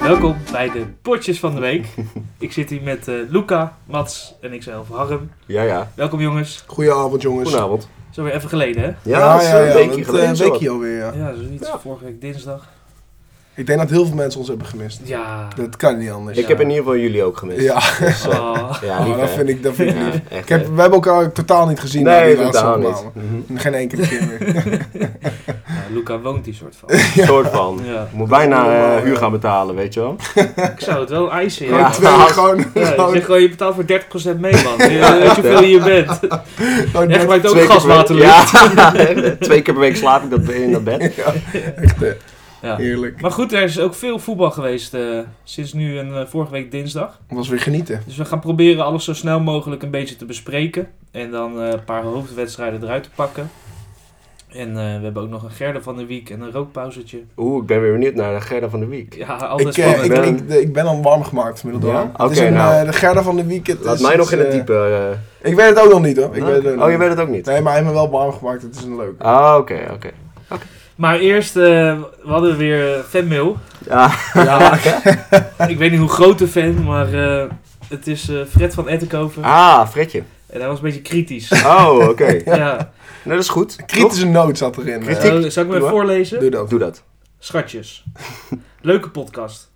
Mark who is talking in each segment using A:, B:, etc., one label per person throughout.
A: Welkom bij de Potjes van de Week. Ik zit hier met eh, Luca, Mats en ikzelf, Harm.
B: Ja, ja.
A: Welkom jongens.
C: Goedenavond jongens.
B: Goedenavond.
A: Zo weer even geleden, hè?
B: Ja,
C: ja,
B: dat is
C: ja,
B: een
C: ja,
B: weekje
C: want,
B: geleden.
C: eh,
B: zo.
C: Een weekje alweer, ja.
A: Ja, zoiets.
B: Ja.
A: Vorige week dinsdag.
C: Ik denk dat heel veel mensen ons hebben gemist.
A: Ja.
C: Dat kan niet anders.
B: Ik heb in ieder geval jullie ook gemist.
C: Ja,
B: Dus, eh,
A: Oh.
B: ja,
C: Oh,
B: lief,
C: dat
B: hè?
C: vind ik, dat vind ik
B: Ja,
C: lief.
B: echt,
C: Ik heb,
B: hè?
C: we hebben elkaar totaal niet gezien. na
B: Nee,
C: die
B: totaal
C: laatste
B: niet.
C: opname. Geen enkele keer meer.
A: Ja, Luca woont die soort van.
B: Een Mhm. soort van.
A: Ja.
B: Ik moet bijna eh, huur gaan betalen, weet je wel.
A: Ik zou het wel eisen,
C: Gewoon
A: ja.
C: twee, gewoon,
A: Ja, ik
C: gewoon,
A: zeg gewoon, je betaalt voor 30% mee, man. Je weet je hoeveel je bent.
C: gewoon
A: Echt, maakt ook
B: Twee keer per-
A: gaswater
B: Ja, echt, twee keer per week slaap ik dat in dat bed.
C: echt, eh,
A: Ja.
C: heerlijk.
A: Maar goed, er is ook veel voetbal geweest eh, sinds nu en eh, vorige week dinsdag.
C: Het was weer genieten.
A: Dus we gaan proberen alles zo snel mogelijk een beetje te bespreken. En dan eh, een paar hoofdwedstrijden eruit te pakken. En eh, we hebben ook nog een Gerda van de Week en een rookpauzetje.
B: Oeh, ik ben weer benieuwd naar de Gerda van de Week.
A: Ja, altijd
C: Ik, eh,
A: spannend.
C: ik,
B: Ben-
C: ik, de- ik ben al warm gemaakt vanmiddag.
B: Ja?
C: hoor. Het is
B: Oké,
C: een,
B: nou.
C: eh, de Gerda van de weekend.
B: Laat
C: is
B: mij nog in het
C: eh,
B: diepe. eh,
C: Ik weet het ook nog niet hoor. Ik
B: nou,
C: weet het ook nog
B: oh, je
C: niet.
B: weet het ook niet?
C: Nee, maar hij heeft me wel warm gemaakt. Het is een leuk.
B: Ah, oké, oké.
A: Maar eerst, eh, we hadden weer eh, fanmail.
B: Ja,
C: Ja,
A: ik weet niet hoe groot de fan, maar eh, het is eh, Fred van Ettenkoven.
B: ah, Fredje.
A: En hij was een beetje kritisch.
B: Oh, oké.
A: ja.
B: Nou, dat is goed. Toch?
C: kritische noot zat erin. eh.
B: Kritiek.
A: Eh, zal ik hem
B: Doe
A: even
B: maar.
A: voorlezen?
C: Doe dat.
B: Doe dat.
A: Schatjes. Leuke podcast.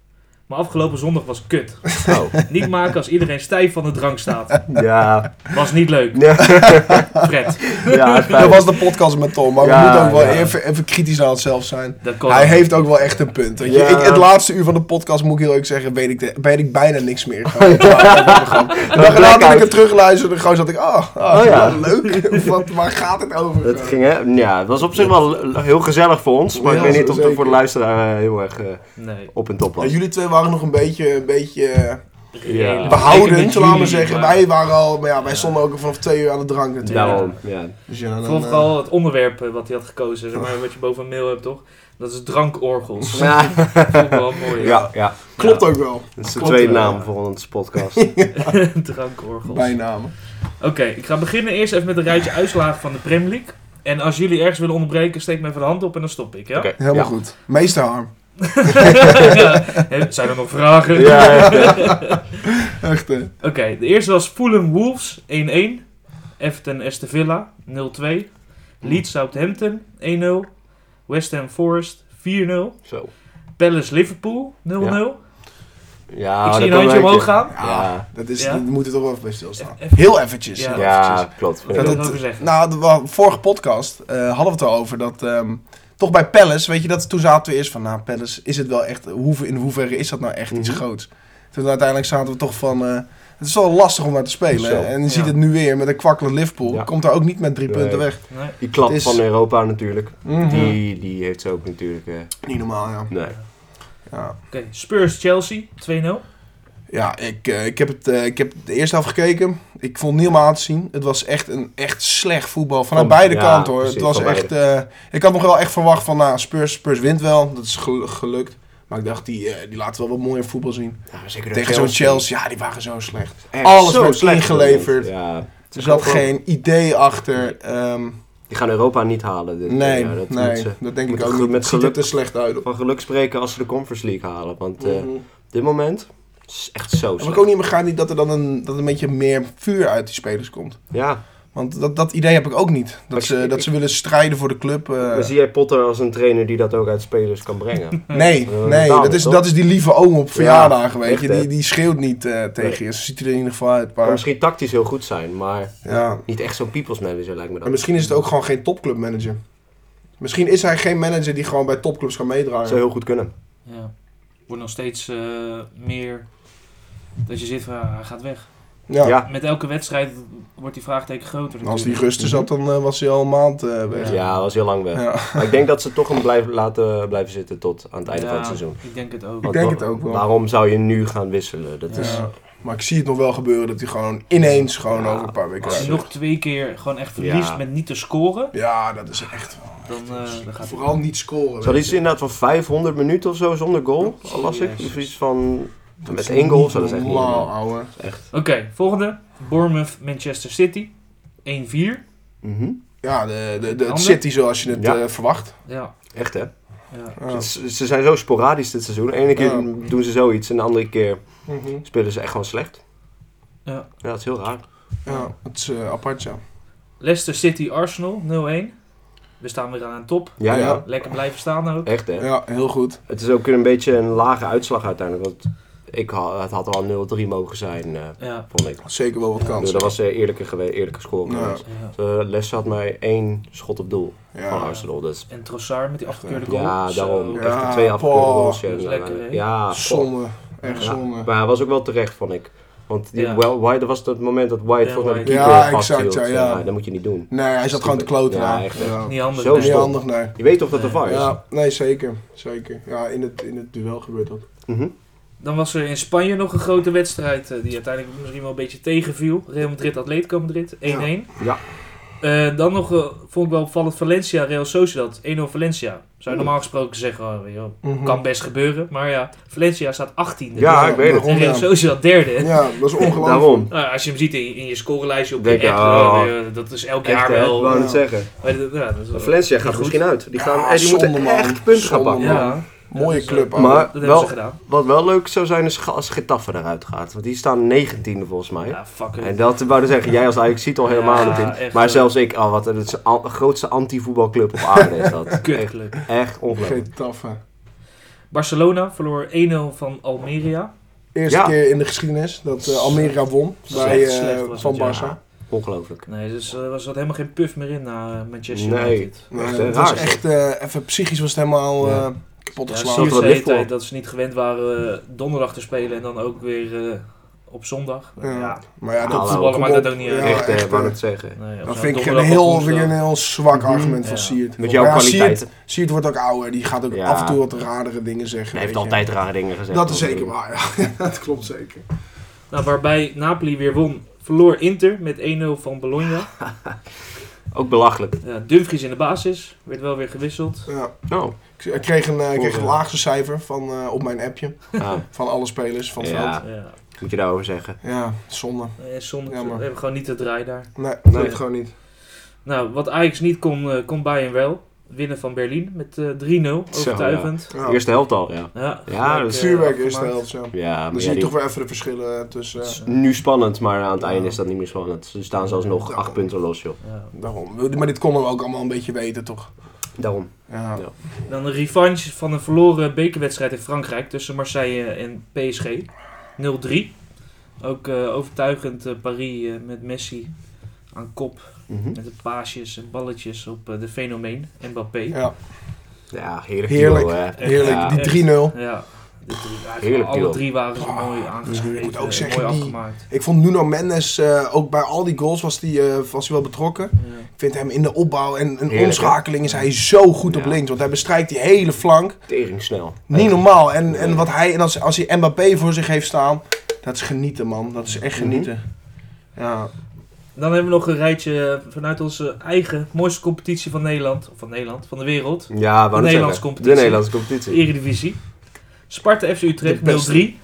A: Maar afgelopen zondag was kut.
B: Oh,
A: Niet maken als iedereen stijf van de drank staat.
B: ja.
A: Was niet leuk.
B: Ja,
A: Fred.
B: ja,
C: Dat
B: fijn.
C: was de podcast met Tom, maar
B: Ja,
C: we moeten ook wel
B: ja.
C: even, even kritisch naar onszelf zijn.
A: Dat kon
C: Hij
A: ook.
C: heeft ook wel echt een punt. weet je.
B: Ja.
C: Ik, het laatste uur van de podcast, moet ik heel eerlijk zeggen, weet ik, de- weet ik bijna niks meer. Gewoon, het programma.
B: Dat
C: De dag later dat ik
B: blackout.
C: het terugluisterde, gewoon zat ik, ah, ah,
B: Oh ja.
C: leuk. Wat, waar gaat het over?
B: Het ging, hè? Ja, het was op zich wel l- heel gezellig voor ons, maar
C: Ja,
B: ik weet niet of dat
C: zeker.
B: voor de luisteraar eh, heel erg eh,
A: Nee.
B: op en top
C: Ja,
B: was.
C: jullie twee waren nog een beetje, een beetje eh,
A: Reële- Ik
C: behoudend,
A: met
C: laten we
A: jullie,
C: zeggen.
A: maar-
C: Wij waren al, maar ja, wij
A: Ja.
C: stonden ook vanaf twee uur aan de drank natuurlijk.
B: Daarom, ja.
C: Dus ja, dan, eh,
A: Vooral het onderwerp eh, wat hij had gekozen, zeg maar, wat je boven een mail hebt, toch? Dat is drankorgels. Dat
B: Ja,
A: vond ik wel mooi.
B: ja, ja.
C: klopt ook wel.
B: Dat is de
C: Klopt
B: tweede
C: wel.
B: naam voor onze podcast.
A: drankorgels. Oké,
C: Bijnamen.
A: ik ga beginnen eerst even met een rijtje uitslagen van de Premier League. En als jullie ergens willen onderbreken, steek me even de hand op en dan stop ik, ja?
B: Oké,
C: Helemaal
B: ja.
C: goed. Meesterarm.
A: Ja. Hey, Zijn er nog vragen?
B: Ja, ja, ja.
C: Echt, hè.
A: Oké, de eerste was Fulham Wolves 1-1. Everton Aston Villa 0-2. Leeds Southampton 1-0. West Ham Forest 4-0.
B: Zo.
A: Palace Liverpool 0-0.
B: Ja, Nou,
A: ik zie
B: dat
A: een
B: kan
A: handje
B: leuk,
A: omhoog
B: ja.
A: gaan.
B: Ja,
C: Dat is,
A: Ja?
C: daar moeten we toch wel even bij stilstaan.
A: E- even-
C: Heel eventjes.
A: Ja.
C: heel
B: ja
C: eventjes.
B: klopt.
A: wil
C: Dat
A: je
B: Ja.
A: het
C: het-
A: over zeggen?
C: Nou, de wa- vorige podcast eh, hadden we het erover dat ehm, toch bij Palace, weet je, dat toen zaten we eerst van, nou Palace, is het wel echt, hoe, in hoeverre is dat nou echt iets
B: Mhm.
C: groots? Toen uiteindelijk zaten we toch van, eh, het is wel lastig om naar te spelen.
B: Zo.
C: En je ziet
A: Ja.
C: het nu weer met een kwakkelend Liverpool,
B: Ja.
C: komt daar ook niet met drie
B: Nee.
C: punten weg.
A: Nee.
B: Die klap
C: Het is-
B: van Europa natuurlijk,
C: Mhm.
B: die, die heeft ze ook natuurlijk... eh,
C: Niet normaal, ja.
B: nee.
C: Ja,
A: Oké, Spurs Chelsea 2-0.
C: ja ik, eh, ik, heb het, eh, ik heb de eerste helft gekeken, ik vond het niet helemaal aan te zien. Het was echt een echt slecht voetbal, vanuit
B: Van-
C: beide
B: ja,
C: kanten hoor.
B: precies,
C: het was
B: van
C: echt, eh, ik had nog wel echt verwacht van, nou Spurs, Spurs wint wel, dat is gelu- gelukt. Maar ik dacht, die, eh, die laten wel wat mooier voetbal zien.
B: Ja, maar zeker
C: Tegen zo'n Chelsea, ja, die waren zo slecht.
B: Echt
C: Alles
B: zo
C: werd
B: slecht
C: ingeleverd.
B: Ja, het
C: Er
B: is
C: zat
B: gewoon-
C: geen idee achter. ehm,
B: Die gaan Europa niet halen. Dit
C: nee,
B: jaar. dat moet
C: nee,
B: ze
C: dat denk
B: moet
C: ik ook
B: goed
C: niet.
B: met
C: Het ziet er
B: geluk.
C: te slecht uit. Op.
B: van geluk spreken als ze de Conference League halen. Want eh,
C: Mhm.
B: op dit moment is echt zo
C: Wat ik
B: slecht.
C: ook niet begrijp, niet dat er dan een, dat een beetje meer vuur uit die spelers komt.
B: Ja,
C: Want dat, dat idee heb ik ook niet. Dat
B: Maar
C: ze,
B: ik-
C: dat ze willen strijden voor de club. eh.
B: maar zie jij Potter als een trainer die dat ook uit spelers kan brengen?
C: nee,
B: Eh,
C: nee
B: taal,
C: dat, is,
B: toch?
C: dat is die lieve oom op verjaardagen, weet
B: echt,
C: je.
B: hè?
C: Die, die schreeuwt niet eh, tegen je. Ze ziet er in ieder geval uit.
B: Kan
C: Maar,
B: misschien tactisch heel goed zijn, maar
C: ja.
B: niet echt zo'n people's manager lijkt me
C: En
B: dat.
C: misschien is het ook gewoon geen topclubmanager. Misschien is hij geen manager die gewoon bij topclubs kan meedraaien.
B: Zou heel goed kunnen.
A: Ja. Wordt nog steeds eh, meer dat je zit van, ah, hij gaat weg.
C: Ja.
B: Ja.
A: Met elke wedstrijd wordt die vraagteken groter
C: En Als die
A: natuurlijk.
C: rusten zat, dan eh, was hij al een maand eh, weg.
B: Ja,
C: Ja.
B: was heel lang weg. Maar ik denk dat ze toch hem blijven, laten blijven zitten tot aan het einde
A: Ja,
B: van het seizoen.
A: ik denk het ook.
B: Want
C: denk
B: wa-
C: het ook wel.
B: Waarom zou je nu gaan wisselen? Dat
A: Ja.
B: is...
C: Ja. Maar ik zie het nog wel gebeuren dat hij gewoon ineens gewoon
B: Ja.
C: over een paar weken
A: Als je
C: uit.
A: nog twee keer gewoon echt verliest
B: Ja.
A: met niet te scoren,
C: Ja, dat is echt wel.
A: dan, eh, dan gaat het
C: Vooral niet scoren.
B: Ze hadden
C: weet
B: iets
C: je.
B: inderdaad van 500 minuten of zo zonder goal, al las ik.
A: Jezus.
B: Of iets van
C: Dat
B: Met
C: is
B: één goal zou dat
C: niet
B: echt niet
C: normaal,
B: doen.
C: ouwe.
B: Echt.
A: Oké, volgende. Bournemouth, Manchester City. 1-4.
B: Mhm.
C: Ja, de, de, de, het
A: Ander?
C: City zoals je het
B: Ja.
C: eh, verwacht.
A: Ja,
B: Echt hè?
A: ja.
C: Ja.
B: Ze, ze zijn zo sporadisch dit seizoen. De ene keer
C: Ja.
B: doen ze zoiets en de andere keer
C: Mhm.
B: spelen ze echt gewoon slecht.
A: Ja.
B: Ja, dat is heel raar.
C: ja, het is eh, apart, ja.
A: Leicester City, Arsenal. 0-1. We staan weer aan de top.
B: Ja, ja.
C: Ja.
A: Lekker blijven staan ook.
B: Echt hè?
C: Ja, heel goed.
B: Het is ook een beetje een lage uitslag uiteindelijk. Want ik had, het had al 0-3 mogen zijn, eh,
A: Ja.
B: vond ik.
C: Zeker wel wat
A: Ja,
B: Dus
C: kans.
B: dat was eh, eerlijker, geweest, eerlijker score
C: Ja.
B: geweest.
A: ja.
B: Eh, Les had mij één schot op doel van
C: Ja.
B: Arsenal. Dus
A: En Trossard met die afgekeurde goal.
B: ja,
A: Zo. eh,
B: daarom.
C: Ja,
B: Echt de twee afgekeurde
C: poh.
B: goals. ja.
A: Dat is lekker, hè?
B: ja, poh.
C: Zonde. Echt
B: Ja.
C: zonde.
B: Maar hij was ook wel terecht, vond ik. Want die
A: Ja.
B: wel, White, dat was dat moment dat White
A: Ja,
B: volgens mij de
C: White.
B: keeper
C: Ja,
B: vast
C: exact, ja,
B: hield.
C: ja.
B: dat moet je niet doen.
C: Nee, hij zat gewoon te kloten.
B: Ja,
C: hè.
B: echt, hè.
C: Ja.
A: Niet handig. Dus
B: Zo
A: nee.
C: Niet
B: stom.
C: handig, nee.
B: Je weet toch dat de VAR is?
C: Ja, nee, zeker. Zeker. Ja, in het, in het duel gebeurt dat.
B: Mhm.
A: Dan was er in Spanje nog een grote wedstrijd eh, die uiteindelijk misschien wel een beetje tegenviel. Real Madrid, Atletico Madrid, 1-1.
B: Ja.
A: Eh, dan nog, eh, vond ik wel opvallend, Valencia, Real Sociedad, 1-0 Valencia. Zou je normaal gesproken zeggen, oh, joh, kan best gebeuren. Maar ja, Valencia staat 18e.
B: Ja, ik weet het.
A: En
C: daarom,
A: Real
C: ja.
A: Sociedad derde.
C: Ja, dat is ongelooflijk.
B: Daarom.
A: Nou, als je hem ziet in, in je scorenlijstje op
B: Denk
A: de
B: je,
A: app,
B: oh.
A: eh, joh, dat is elk
B: Echt,
A: jaar
B: hè?
A: wel...
B: Wou
C: Ja.
B: het zeggen.
A: Maar dat- ja, dat is wel-
B: Valencia gaat
A: goed.
B: misschien uit. Die, gaan,
C: Ja,
B: eh, die moeten
C: zonde, man.
B: echt punten gaan
C: Zonde,
B: pakken.
C: man.
A: Ja,
C: Mooie
A: dat is, eh,
C: club, ouwe.
B: Maar
A: Dat hebben ze
B: wel,
A: gedaan.
B: wat wel leuk zou zijn is als Getafe eruit gaat. Want die staan 19e volgens mij.
A: Ja, fuck it.
B: En dat wou ik zeggen, jij als Ajax ziet al helemaal
A: Ja,
B: natuurlijk.
A: echt,
B: Maar
A: hoor.
B: zelfs ik, oh, wat, het is de al- grootste anti-voetbalclub op aarde is dat. echt,
A: Kutclub.
B: echt ongelooflijk.
C: Geen taffe.
A: Barcelona verloor 1-0 van Almeria.
C: Eerste
B: Ja.
C: keer in de geschiedenis dat eh, Almeria won
A: Slecht,
C: bij, eh,
A: slecht was
C: van
A: het, ja.
C: Barça.
B: Ongelooflijk.
A: Nee, dus eh, er zat helemaal geen puff meer in na eh, Manchester
B: Nee.
A: United.
C: Nee,
B: Echt,
C: het
B: raar,
C: was echt, eh, even psychisch was het helemaal
B: Ja.
C: eh, kapot
A: Ja,
C: geslagen.
A: Siers
B: wel
A: de hele
B: licht voor.
A: tijd dat ze niet gewend waren eh, donderdag te spelen en dan ook weer eh, op zondag.
C: Ja.
A: Ja,
C: Maar ja,
B: Hallo.
C: dat
A: Voetballen maakt
C: kom
A: dat ook niet
C: op.
A: uit.
C: Ja,
B: echt, eh,
C: echt,
B: wou
C: eh,
B: het zeggen.
A: nee, op
C: dat
A: zo'n
C: vind ik, een
A: donderdag of
C: heel,
A: woensdag.
C: vind ik een heel zwak
B: Mhm.
C: argument
A: Ja.
C: van Siert.
B: Met jouw
C: Maar ja,
B: kwaliteit.
C: Siert, Siert wordt ook ouder. Die gaat ook
B: Ja.
C: af en toe wat radere dingen zeggen.
B: Hij heeft
C: weet je.
B: altijd eh, rare dingen gezegd.
C: Dat is zeker
B: natuurlijk.
C: waar. Ja. dat klopt zeker.
A: Nou, waarbij Napoli weer won, verloor Inter met 1-0 van Bologna.
B: Ook belachelijk.
A: Ja, Dumfries in de basis, werd wel weer gewisseld.
C: Ja.
B: Oh.
C: Ik ik kreeg een, eh, ik kreeg
B: Voor,
C: een
B: eh,
C: laagste cijfer van, eh, op mijn appje.
B: Ja,
C: Van alle spelers van het
B: Ja.
C: veld.
A: Ja.
B: Ah, moet je daarover zeggen.
C: Ja, zonde.
A: En zonder, we
C: Jammer.
A: hebben gewoon niet te draai daar.
C: Nee, dat
A: Nee.
C: weet gewoon niet.
A: Nou, wat Ajax niet kon, eh, kon Bayern wel. Winnen van Berlin met eh, 3-0,
B: Zo, ja.
A: overtuigend.
C: Ja.
B: Eerste helft al, ja.
A: Ja,
B: Ja,
A: gelijk,
B: dat is
A: eh,
C: Stuurwerk is de
A: afgemaakt.
C: helft, zo.
B: Ja, maar
C: Dan
B: ja,
C: zie je
B: die-
C: toch weer even de verschillen tussen... eh,
B: het is nu spannend, maar aan het einde is dat niet meer spannend. Ze staan zelfs nog
C: Ja.
B: acht punten los, joh.
A: Ja.
C: Daarom. Maar dit konden we ook allemaal een beetje weten, toch?
B: Daarom.
C: Ja.
B: Ja.
A: Dan een revanche van een verloren bekerwedstrijd in Frankrijk tussen Marseille en PSG. 0-3. Ook eh, overtuigend eh, Paris eh, met Messi aan kop.
B: Mhm.
A: Met de paasjes en balletjes op eh, de fenomeen Mbappé. Ja.
C: ja.
B: Ja, heerlijk.
C: Heerlijk.
B: duo, hè.
C: Heerlijk,
B: Ja.
C: die 3-0.
A: De drie, eigenlijk
B: Heerlijk,
A: alle
B: joh.
A: drie waren ze mooi aangeschreven.
C: Ah, ik moet ook
A: en
C: zeggen,
A: mooi
C: die-
A: afgemaakt.
C: Ik vond Nuno Mendes, eh, ook bij al die goals was hij was hij wel betrokken.
A: Ja.
C: Ik vind hem in de opbouw en een
B: Heerlijk,
C: omschakeling is hij zo goed op
B: Ja.
C: links. Want hij bestrijkt die hele flank.
B: Tering snel.
C: Niet normaal. En,
B: Nee.
C: en wat hij, en als, als hij Mbappé voor zich heeft staan, dat is genieten man. Dat is echt
B: Mhm.
C: genieten. Ja,
A: Dan hebben we nog een rijtje eh, vanuit onze eigen mooiste competitie van Nederland. Of van Nederland, van de wereld.
B: Ja,
A: De
B: wou net
A: Nederlandse
B: zeggen.
A: competitie.
B: De Nederlandse
A: De
B: competitie.
A: Eredivisie. Sparta FC Utrecht
C: De beste.
A: 0-3.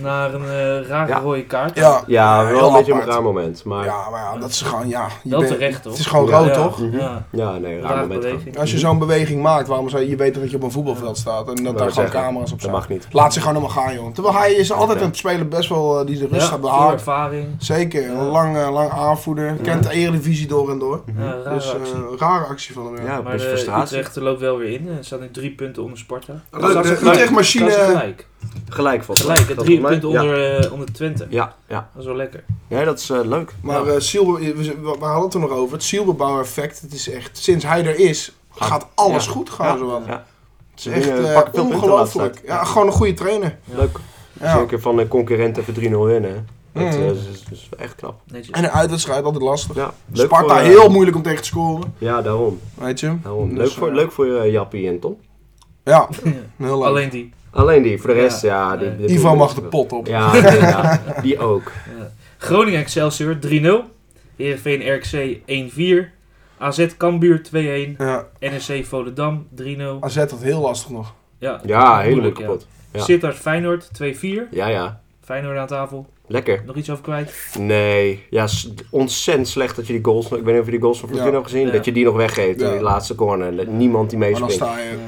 A: Naar een eh, rare
B: Ja.
A: rode kaart.
C: ja.
B: Ja, wel een
C: heel
B: beetje een
C: apart.
B: raar moment. Maar ja,
C: Ja, maar ja, dat is gewoon, ja. je
A: Wel
C: bent-
A: terecht, toch?
C: Het is gewoon
B: Ja.
C: rood,
A: Ja.
C: toch?
B: Mhm.
A: Ja,
B: nee, een
A: rare
B: raar moment. gewoon.
A: beweging.
C: Als je zo'n beweging maakt, waarom zou je, je weet toch dat je op een voetbalveld staat en dat
B: Wou
C: daar gewoon
B: zeggen,
C: camera's op
B: Dat
C: staan?
B: mag niet.
C: Laat ze gewoon helemaal gaan, joh. Terwijl hij is altijd
B: Ja.
C: een speler best wel eh, die de rust
A: Ja,
C: gaat
A: veel
C: behouden.
A: ervaring.
C: Zeker,
A: Ja.
C: een lang, eh, lang aanvoerder. Kent de Eredivisie door en door.
A: Ja, rare
C: dus eh,
A: actie.
C: rare actie van hem. Ja.
B: Mhm. Ja, een
A: Maar
B: beetje
A: de
B: dus frustratie.
A: Utrecht loopt wel weer in. Er staat nu drie punten onder Sparta.
C: Leuk,
A: Staan
C: de
A: ze gelijk.
C: Utrecht-machine-
A: Staan ze Gelijk.
B: Gelijk volgens mij.
A: Gelijk. eh, Drie
B: Volgens
A: punten
B: mij.
A: onder, eh, onder Twente.
B: Ja, ja.
A: Dat is wel lekker.
B: ja. ja dat is eh, leuk.
C: Maar eh Silber, we, we- we hadden het er nog over. Het Silberbouwer effect. Het is echt, sinds hij er is,
B: Gaat-
C: gaat alles
B: ja.
C: goed gaan.
B: Ja.
C: Zowat.
B: Ja.
C: Het
B: Ze
C: is echt
B: winnen-
C: eh,
B: pakken veel punten de laatste
C: ongelooflijk.
B: tijd.
C: Ja, gewoon een goede trainer.
A: Ja.
B: Leuk.
C: Ja.
B: Zeker van de concurrenten voor 3-0 winnen. Dat
C: Mm.
B: eh, is, is- is echt knap.
A: Netjes.
C: En een uitwedstrijd, altijd lastig.
B: Ja,
C: Sparta,
B: eh,
C: heel moeilijk om tegen te scoren.
B: Ja, daarom.
C: Weet je?
B: daarom.
C: Dus,
B: leuk voor,
C: eh,
B: leuk voor eh, Jappie en Tom.
C: Ja, heel leuk.
A: Alleen die.
B: Alleen die, voor de
A: Ja.
B: rest, ja. die-
A: Nee.
B: die-
C: Ivan
B: die-
C: mag de pot op.
B: Ja, inderdaad. die ook.
A: Ja. Eh, Groningen Excelsior 3-0. Heerenveen RKC 1-4. AZ Cambuur 2-1.
C: Ja,
A: NEC Volendam 3-0.
C: AZ had heel lastig nog.
A: Ja,
B: Ja, helemaal
A: Moeilijk, ja.
B: kapot. Ja.
A: Sittard Feyenoord 2-4.
B: Ja, ja.
A: Feyenoord aan tafel.
B: Lekker.
A: Nog iets over kwijt?
B: Nee. Ja, s- ontzettend slecht dat je die goals... Ik weet niet of je die goals van Fortuna
C: Ja.
B: hebt gezien.
A: Ja.
B: Dat je die nog weggeeft in
C: Ja.
B: die laatste corner. Dat niemand die
C: Maar dan
B: meespringt.
C: sta je...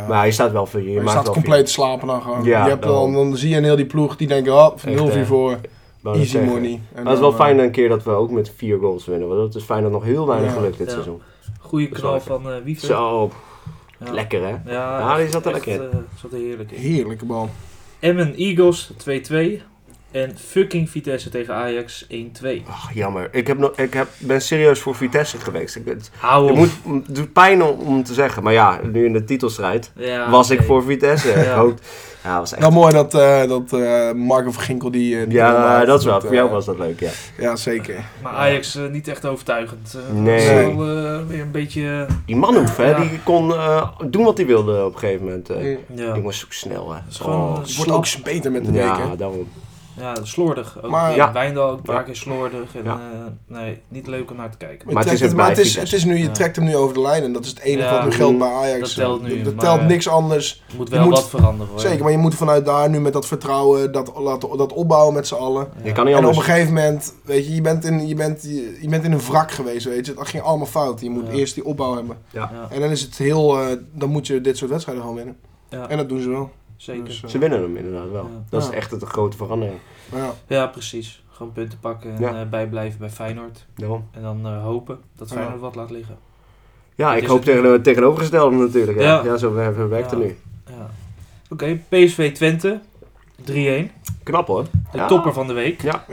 C: ja.
B: Maar hij staat wel voor je. Je,
C: je
B: maakt
C: staat
B: wel
C: compleet te slapen dan gewoon.
B: Ja,
C: je hebt dan,
B: daarom.
C: dan zie je een heel die ploeg die denken, oh,
B: Echt,
C: 0-4
B: hè?
C: voor,
B: vier. Wou net
C: easy
B: zeggen.
C: money. En
B: Maar het is wel
C: dan, eh,
B: fijn een keer dat we ook met vier goals winnen. Want dat is fijn dat nog heel weinig
C: Ja.
B: gelukt dit
A: Ja.
B: seizoen.
A: Goeie
B: Dat is
A: knal
B: wel
A: van eh Wiever.
B: Zo,
A: Ja.
B: lekker hè?
A: Ja,
B: Ja, die
A: echt-
B: zat er
A: echt,
B: lekker
A: eh, zat er heerlijk in.
C: Heerlijke bal.
A: Emmen Eagles 2-2. En fucking Vitesse tegen Ajax 1-2.
B: Ach, jammer. Ik, heb nog, ik heb, ben serieus voor Vitesse geweest. Ik, het,
A: Hou
B: het
A: op.
B: moet, het doet pijn om, om te zeggen. Maar ja, nu in de titelstrijd
A: Ja,
B: was
A: oké.
B: ik voor Vitesse.
A: Ja.
B: Ik hoop, ja, was echt,
C: Wel mooi dat, eh dat eh Marco van Ginkel die... eh, die bal
B: ja
C: maakt.
B: dat is wel.
C: Dat,
B: Voor
C: eh,
B: jou was dat leuk, ja.
C: Ja, zeker.
A: Maar Ajax eh, niet echt overtuigend. Eh,
B: Nee.
A: dat is wel, eh, weer een beetje... eh,
B: Die Manhoef, hè,
A: Ja.
B: die kon eh, doen wat hij wilde op een gegeven moment. eh.
C: Mm.
A: ja.
B: Die was zo snel, hè.
A: is gewoon-
B: Oh,
A: het
C: Wordt ook beter met de
B: ja,
C: weken.
B: daarom.
A: Ja, slordig. Ook
C: Maar-
A: ja.
B: Ja.
A: Wijndal ook een paar
B: Ja.
A: keer slordig. En,
B: Ja.
A: eh, nee, niet leuk om naar te kijken.
B: Maar het
C: trekt
B: is het
C: maar
B: bij
C: het is,
B: Vitesse.
C: het is nu, je
A: Ja.
C: trekt hem nu over de lijn en dat is het enige
A: Ja,
C: wat nu geldt bij
A: dat
C: Ajax.
A: telt nu,
C: Dat, dat
A: maar- eh,
C: telt niks anders.
A: Er moet
C: Je
A: wel
C: moet-
A: wat veranderen hoor.
C: Zeker, maar je moet vanuit daar nu met dat vertrouwen, dat, laten- dat opbouwen met z'n allen.
A: Ja.
B: Je kan niet
C: En op
B: anders.
C: een gegeven moment, weet je, je bent in, je bent, je, je bent in een wrak geweest, weet je. Dat ging allemaal fout. Je moet
A: Ja.
C: eerst die opbouw hebben.
A: Ja,
C: En dan is het heel, eh, dan moet je dit soort wedstrijden gewoon winnen.
A: Ja.
C: En dat doen ze wel.
A: zeker.
C: Dus, eh,
B: Ze winnen hem inderdaad wel.
A: Ja.
B: Dat
C: Ja.
B: is echt het- de grote verandering.
C: ja.
A: Ja, precies. Gewoon punten pakken en
B: Ja.
A: eh, bijblijven bij Feyenoord.
B: Daarom.
A: En dan eh, hopen dat
C: Ja.
A: Feyenoord wat laat liggen.
B: Ja,
A: Dat
B: ik
A: is
B: hoop
A: het.
B: tegen, tegenovergestelde natuurlijk. hè.
A: Ja.
B: Ja, zo wer- wer- werkt
A: Ja.
B: het nu.
A: Ja. Oké, PSV Twente 3-1. De
B: Knap hoor. Ja.
A: topper van de week.
C: ja,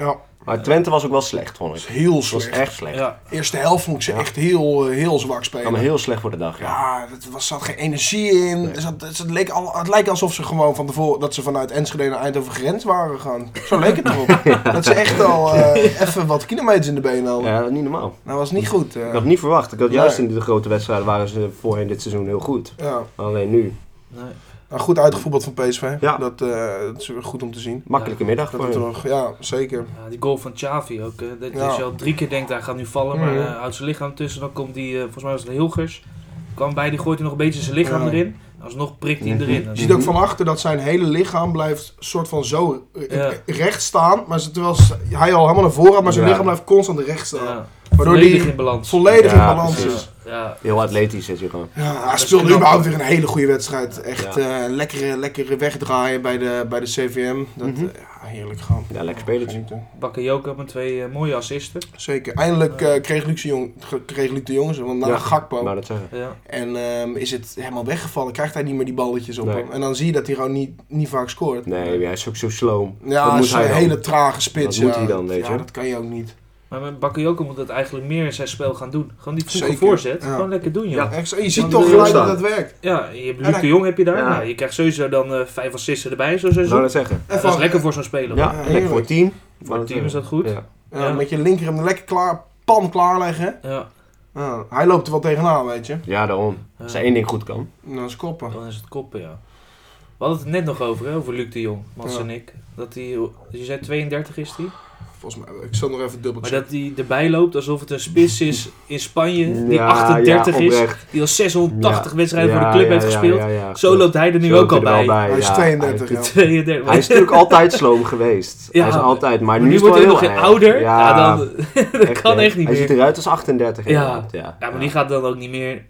B: Maar Twente was ook wel slecht,
C: dat
B: vond ik.
C: is heel
B: Het was
C: slecht.
B: echt slecht.
A: Ja,
C: Eerste helft vond ik ze
B: Ja.
C: echt heel, eh, heel zwak
B: Ik
C: spelen.
B: kwam heel slecht voor de dag, ja.
C: Ja, er was- zat geen energie in.
B: Nee.
C: Er zat, het, het leek al, het lijkt alsof ze gewoon van tevoren dat ze vanuit Enschede naar Eindhoven grens waren gegaan. Zo leek het erop. Dat ze echt al eh, even wat kilometers in de benen hadden.
B: Ja, niet normaal.
C: Nou, was niet goed. eh.
B: Ik had het niet verwacht. Ik had juist
C: Nee.
B: in de grote wedstrijden waren ze voorheen dit seizoen heel goed.
C: ja.
B: Alleen nu,
A: nee.
C: nou, goed uitgevoetbald van PSV.
B: Ja.
C: Dat, eh, dat is weer goed om te zien.
B: makkelijke middag
C: Dat
B: voor
C: het er
B: hun.
C: nog, ja, zeker.
A: Ja, die goal van Xavi ook. eh, dat
C: Ja.
A: dat je al drie keer denkt, hij gaat nu vallen. Maar
C: Mhm.
A: eh, houdt zijn lichaam tussen. Dan komt die, eh, volgens mij was het Hilgers. Kwam bij, die gooit er nog een beetje zijn lichaam
C: Ja.
A: erin. Alsnog prikt hij hem
B: Mhm.
A: erin.
C: Je
A: En-
C: ziet ook van achter dat zijn hele lichaam blijft soort van zo eh,
A: Ja.
C: recht staan. Maar ze- terwijl ze- hij al helemaal naar voren had, maar zijn
B: Ja.
C: lichaam blijft constant recht staan.
A: ja,
C: Waardoor
A: volledig
C: die
A: in balans.
C: volledig
B: Ja,
C: in balans
B: precies.
C: is.
A: Ja, ja.
B: Heel atletisch zit je gewoon.
C: Ja, hij
A: dat
C: speelde
A: knap.
C: überhaupt weer een hele goede wedstrijd. Echt
B: Ja.
C: eh, lekkere, lekkere wegdraaien bij de, bij de CVM. Dat,
B: Mhm.
C: eh, ja, heerlijk gewoon.
B: Ja, lekker spelen.
C: Genieten.
A: Bakayoko met twee eh, mooie assisten.
C: Zeker. Eindelijk eh, kreeg, Luc de Jong, ge- kreeg Luc de Jong ze, want na
B: Ja.
C: Gakpo.
B: Maar dat zeggen.
A: Ja.
C: En ehm, is het helemaal weggevallen. Krijgt hij niet meer die balletjes op
B: Nee.
C: hem. En dan zie je dat hij gewoon niet, niet vaak scoort.
B: Nee, hij is ook zo sloom.
C: Ja,
B: Wat
C: dat
B: moet
C: is
B: hij
C: een
B: dan?
C: hele trage spits.
B: Wat moet
C: ja.
B: hij dan, weet
C: ja,
B: je?
C: dat kan je ook niet.
A: Maar met Bakayoko moet het eigenlijk meer in zijn spel gaan doen. Gewoon die vroege
C: Zeker,
A: voorzet.
C: ja.
A: Gewoon lekker doen, joh. Ja,
C: Echt, zo- je ziet
A: moet
C: toch
A: hij
C: gelijk dat
B: opstaan?
C: het werkt.
A: je hebt
C: En
A: Luc
C: hij-
A: de Jong heb je daar.
B: Ja.
A: Nou, je krijgt sowieso dan eh vijf assisten erbij. Zo, zo, zo.
B: Zou Nou, dat zeggen?
A: Ja, dat is lekker voor zo'n speler. hoor.
B: Ja, en lekker voor het team.
A: Voor het team is dat goed.
B: Ja.
C: Ja,
A: Ja.
C: Met je linker hem lekker klaar, pan klaarleggen.
A: Ja,
C: Ja, hij loopt er wel tegenaan, weet je.
B: Ja, daarom.
A: ja.
B: Als hij één ding goed kan.
C: Nou, is koppen.
A: Dan is het koppen, ja. We hadden het net nog over, hè, over Luc de Jong, Mats
C: Ja.
A: en ik. Dat hij, je zei 32 is hij,
C: Volgens mij, ik zal nog even
A: maar
C: dubbelchecken.
A: dat hij erbij loopt alsof het een spits is in Spanje, die
B: Ja,
A: 38
B: ja,
A: is,
B: oprecht.
A: die al 680
B: Ja.
A: wedstrijden voor
B: Ja,
A: de club
B: ja,
A: heeft
B: ja,
A: gespeeld.
B: ja, ja,
A: Zo
B: klopt.
A: loopt hij er nu
B: Zo
A: ook al
B: loopt
A: bij.
C: Hij is
B: ja.
C: 32 jaar.
A: 32.
B: Hij is natuurlijk altijd sloom geweest.
A: Ja,
B: hij is altijd, maar,
A: Maar
B: nu,
A: nu
B: is het
A: wordt hij
B: wel
A: nog
B: heel
A: een
B: erg.
A: ouder. Ja, dan, dat kan
B: hè.
A: echt niet
B: Hij
A: meer.
B: ziet eruit als 38
A: Ja.
B: inderdaad, ja.
A: Ja, maar die gaat dan ook niet meer...